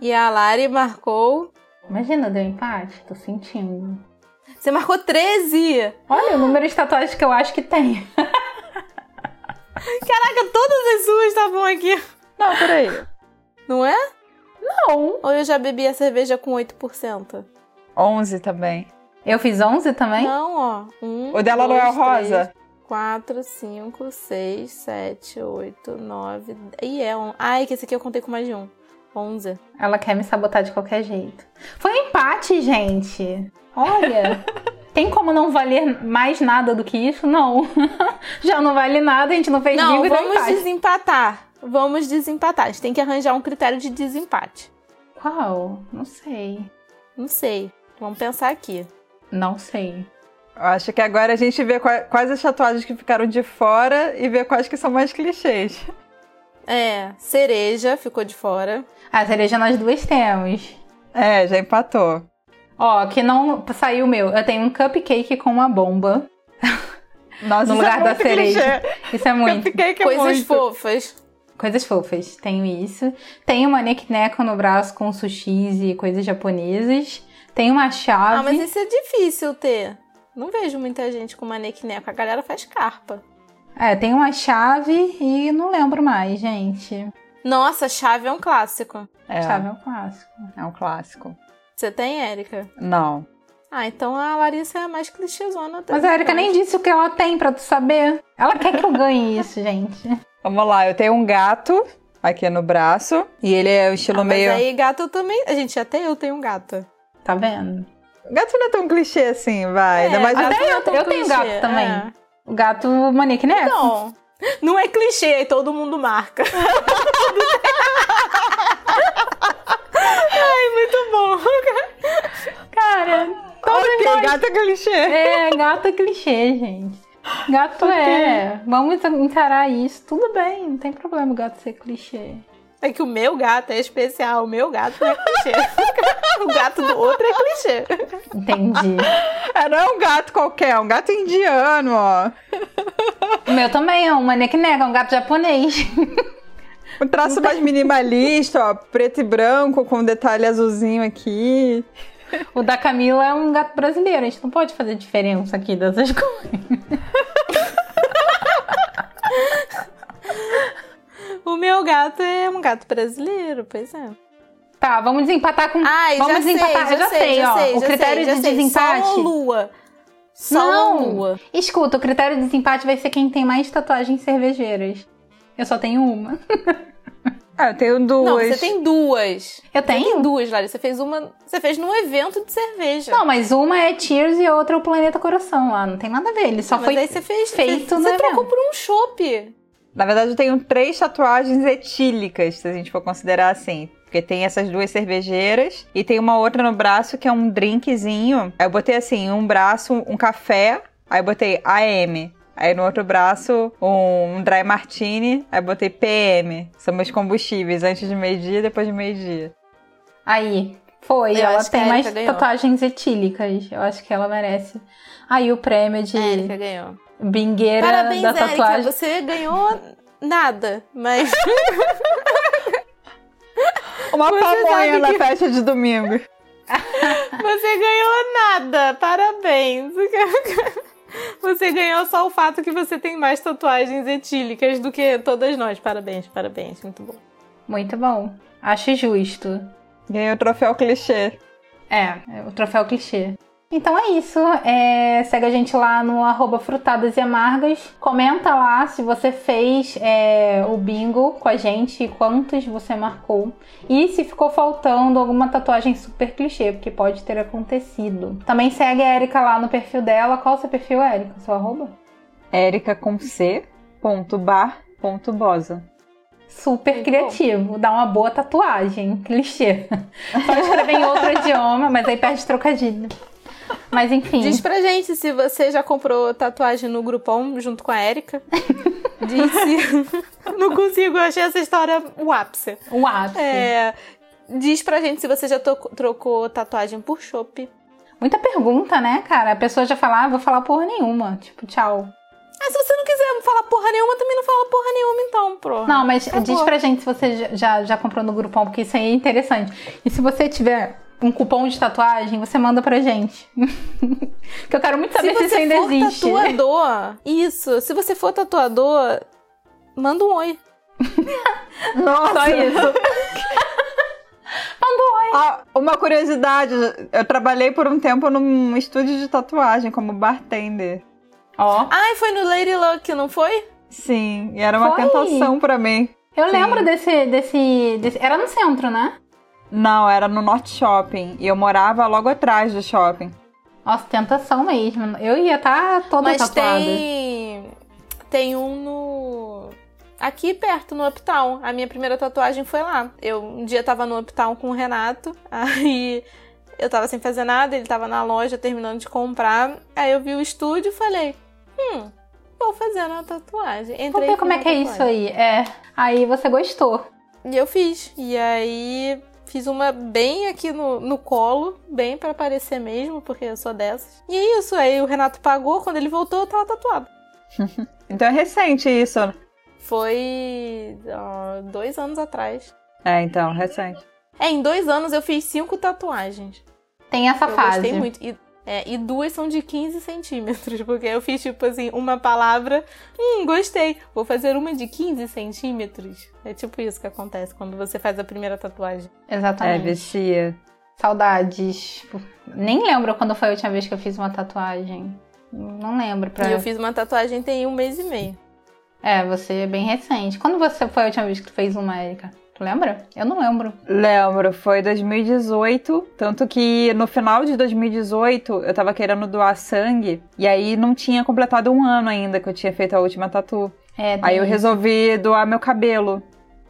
A: e a Lari marcou.
C: Imagina, deu empate? Tô sentindo.
A: Você marcou 13!
C: Olha o número de tatuagens que eu acho que tem.
A: Caraca, todas as suas estavam aqui.
B: Não, peraí.
A: Não é?
C: Não.
A: Ou eu já bebi a cerveja com 8%?
B: 11 também.
C: Eu fiz 11 também?
A: Não, ó. Um,
B: O dela não
A: dois,
B: é o rosa?
A: 4, 5, 6, 7, 8, 9. E é um. Ai, que esse aqui eu contei com mais de um. 11.
C: Ela quer me sabotar de qualquer jeito. Foi um empate, gente. Olha. tem como não valer mais nada do que isso? Não. Já não vale nada, a gente não fez
A: Não,
C: bingo nem
A: vamos
C: empate.
A: desempatar. Vamos desempatar. A gente tem que arranjar um critério de desempate.
C: Qual? Não sei.
A: Não sei. Vamos pensar aqui.
C: Não sei.
B: Eu acho que agora a gente vê qua- quais as tatuagens que ficaram de fora e vê quais que são mais clichês.
A: É, cereja ficou de fora.
C: A cereja Ah, nós duas temos.
B: É, já empatou.
C: Ó, que não saiu o meu. Eu tenho um cupcake com uma bomba.
B: Nossa, isso
C: No lugar
B: é
C: da
B: muito
C: cereja.
B: clichê.
C: Isso é muito.
B: Cupcake é
A: Coisas
B: muito.
A: fofas.
C: Coisas fofas, tenho isso. Tenho uma necneco no braço com sushis e coisas japonesas. Tenho uma chave.
A: Ah, mas isso é difícil ter. Não vejo muita gente com manequineco. A galera faz carpa.
C: É, tem uma chave e não lembro mais, gente.
A: Nossa, chave é um clássico.
B: É,
C: Chave é um clássico.
B: é um clássico.
A: Você tem, Érica?
B: Não.
A: Ah, então a Larissa é a mais clichêzona. das
C: Mas a Erika
A: duas.
C: nem disse o que ela tem pra tu saber. Ela quer que eu ganhe isso, gente.
B: Vamos lá, eu tenho um gato aqui no braço e ele é o estilo
A: Ah, mas
B: meio.
A: aí gato eu também. A gente, até eu tenho um gato.
C: Tá vendo?
B: Gato não é tão clichê assim, vai. Ainda mais
C: até
A: gato não é
C: eu-
A: tão
C: eu tenho
A: clichê,
C: gato também.
A: é.
C: O gato maneque, né?
A: Então, não é clichê, aí todo mundo marca. Ai, muito bom.
C: Cara,
B: Ok, gato é clichê.
C: é, gato é clichê, gente. Gato é. Vamos encarar isso. Tudo bem, não tem problema o gato ser clichê.
A: É que o meu gato é especial, o meu gato não é clichê. o gato do outro é clichê.
C: Entendi.
B: É, não é um gato qualquer, é um gato indiano, ó.
C: O meu também é um manequineca, é um gato japonês.
B: Um traço mais minimalista, ó. Preto e branco, com detalhe azulzinho aqui.
C: O da Camila é um gato brasileiro, a gente não pode fazer diferença aqui dessas coisas.
A: O meu gato é um gato brasileiro, pois é.
C: Tá, vamos desempatar com.
A: Ai,
C: vamos
A: já, sei,
C: desempatar,
A: já,
C: eu já sei,
A: já
C: ó.
A: sei,
C: o
A: já
C: critério
A: sei, já
C: de
A: sei.
C: desempate.
A: Sol ou lua? Sol
C: Não.
A: ou lua?
C: Escuta, o critério de desempate vai ser quem tem mais tatuagens cervejeiras. Eu só tenho uma.
B: Ah, eu tenho duas.
A: Não, você tem duas.
C: Eu
A: Você
C: tenho?
A: tem duas, Lari. Você fez uma. Você fez num evento de cerveja.
C: Não, mas uma é Cheers e a outra é o Planeta Coração lá. Não tem nada a ver. Ele só
A: mas
C: foi.
A: aí você fez.
C: feito
A: você,
C: no
A: você trocou
C: evento.
A: por um chopp.
B: Na verdade, eu tenho três tatuagens etílicas, se a gente for considerar assim. Porque tem essas duas cervejeiras e tem uma outra no braço que é um drinkzinho. Aí eu botei assim, um braço, um café, aí eu botei AM. Aí no outro braço, um, um dry martini, aí eu botei PM. São meus combustíveis, antes de meio-dia e depois de meio-dia.
C: Aí. Foi.
A: Eu
C: ela
A: acho que
C: tem
A: a
C: mais
A: Erika ganhou.
C: tatuagens etílicas. Eu acho que ela merece. Aí o prêmio de
A: Érica ganhou.
C: bingueira
A: É, Parabéns,
C: da
A: Érica.
C: tatuagem.
A: Você ganhou nada, mas
B: Uma
A: Você
B: pamonha
A: sabe
B: na
A: que-
B: festa de domingo.
A: você ganhou nada. Parabéns. Você ganhou só o fato que você tem mais tatuagens etílicas do que todas nós. Parabéns, parabéns. Muito bom.
C: Muito bom. Acho justo.
B: Ganhei o troféu clichê.
C: É, é o troféu clichê. Então é isso. É, segue a gente lá no arroba frutadas e amargas. Comenta lá se você fez é, o bingo com a gente e quantos você marcou. E se ficou faltando alguma tatuagem super clichê, porque pode ter acontecido. Também segue a Erika lá no perfil dela. Qual o seu perfil, Erika? Seu arroba?
B: Erica com C, ponto bar, ponto bosa.
C: Super
A: Muito
C: criativo. Dá uma boa tatuagem. Clichê. Pode escrever em outro idioma, mas aí perde trocadilho. Mas enfim.
A: Diz pra gente se você já comprou tatuagem no Groupon junto com a Érica. Diz se... Não consigo, eu achei essa história o ápice.
C: O ápice.
A: É, diz pra gente se você já to- trocou tatuagem por chopp.
C: Muita pergunta, né, cara? A pessoa já fala, ah, vou falar porra nenhuma. Tipo, tchau.
A: Ah, se você não quiser falar porra nenhuma, também não fala porra nenhuma então, pro.
C: Não, mas
A: Acabou.
C: diz pra gente se você já- já, já comprou no grupão, porque isso aí é interessante. E se você tiver um cupom de tatuagem, você manda pra gente. que eu quero muito
A: se
C: saber se,
A: você
C: isso ainda
A: for
C: existe.
A: tatuador, isso, se você for tatuador, manda um oi.
B: Nossa!
C: Só isso.
B: Ah, uma curiosidade, eu trabalhei por um tempo num estúdio de tatuagem como bartender.
C: Ó.
A: Ai, foi no Lady Luck, não foi?
B: Sim, e era uma
C: Foi?
B: tentação pra mim.
C: Eu
B: Sim.
C: lembro desse, desse, desse. Era no centro, né?
B: Não, era no Norte Shopping e eu morava logo atrás do shopping.
C: Nossa, tentação mesmo. Eu ia estar toda
A: Mas
C: tatuada.
A: tem. Tem um no. Aqui perto, no Uptown. A minha primeira tatuagem foi lá. Eu um dia tava no Uptown com o Renato, aí eu tava sem fazer nada, ele tava na loja terminando de comprar. Aí eu vi o estúdio e falei: hum, vou fazer uma tatuagem. Entrei
C: Vou
A: e
C: ver
A: fiz
C: como é
A: uma
C: que é isso
A: tatuagem.
C: aí. É. Aí você gostou.
A: E eu fiz. E aí fiz uma bem aqui no, no colo, bem pra aparecer mesmo, porque eu sou dessas. E é isso. Aí o Renato pagou, quando ele voltou, eu tava tatuada.
B: Então é recente isso.
A: Foi ó, dois anos atrás.
B: É, então, recente.
A: É, em dois anos eu fiz cinco tatuagens.
C: Tem essa
A: eu
C: Tá fase.
A: gostei muito. E, é, e duas são de 15 centímetros, porque eu fiz tipo assim, uma palavra, hum, gostei, vou fazer uma de 15 centímetros. É tipo isso que acontece quando você faz a primeira tatuagem.
B: É,
C: Exatamente.
B: vicia.
C: Saudades. Tipo, Nem lembro quando foi a última vez que eu fiz uma tatuagem. Não lembro. Pra...
A: E eu fiz uma tatuagem tem um mês e meio.
C: É, você é bem recente. Quando você foi a última vez que tu fez uma, Erika? Tu lembra? Eu não lembro.
B: Lembro, foi 2018. Tanto que no final de 2018 eu tava querendo doar sangue e aí não tinha completado um ano ainda que eu tinha feito a última tatu.
C: É,
B: Aí eu
A: Hum.
C: tem-
B: resolvi doar meu cabelo.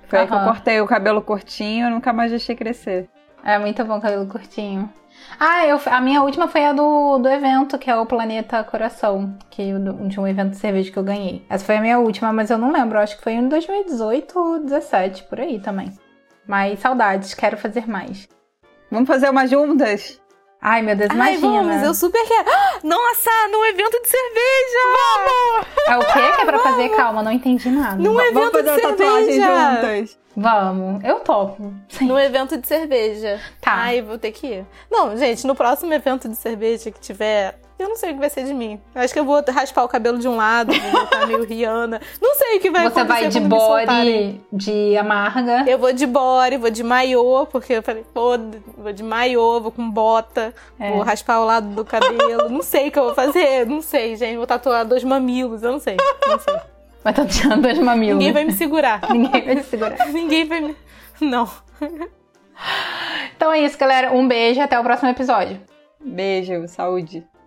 B: Foi aí que eu
C: Aham.
B: cortei o cabelo curtinho e nunca mais deixei crescer.
C: É muito bom cabelo curtinho. Ah, eu, a minha última foi a do, do evento, que é o Planeta Coração, que eu- de um evento de cerveja que eu ganhei. Essa foi a minha última, mas eu não lembro. eu Acho que foi em 2018 ou 2017, por aí também. Mas saudades, quero fazer mais.
B: Vamos fazer umas juntas?
C: Ai, meu Deus,
A: Ai,
C: imagina.
A: vamos, eu super quero. Ah, Nossa, num evento de cerveja! Vamos!
C: É o quê que é pra fazer? Calma, não entendi nada.
A: Num
B: Vamos
A: evento
B: fazer
A: de
B: uma tatuagem
A: cerveja!
B: juntas.
C: Vamos, eu topo. Sim.
A: No evento de cerveja.
C: Tá.
A: Ai, vou ter que ir. Não, gente, no próximo evento de cerveja que tiver, eu não sei o que vai ser de mim. Eu acho que eu vou raspar o cabelo de um lado, vou botar meio Rihanna. Não sei o que vai
C: Você
A: acontecer.
C: vai de
A: quando me soltarem.
C: body, de amarga.
A: Eu vou de body, vou de maiô, porque eu falei, pô, vou de maiô, vou com bota,
C: É.
A: vou raspar o lado do cabelo. não sei o que eu vou fazer, não sei, gente. Vou tatuar dois mamilos, eu não sei. Não sei.
C: Vai tatuando as mamilos.
A: Ninguém vai me segurar.
C: Ninguém vai te segurar.
A: Ninguém vai me. Não.
C: Então é isso, galera. Um beijo e até o próximo episódio.
B: Beijo, saúde.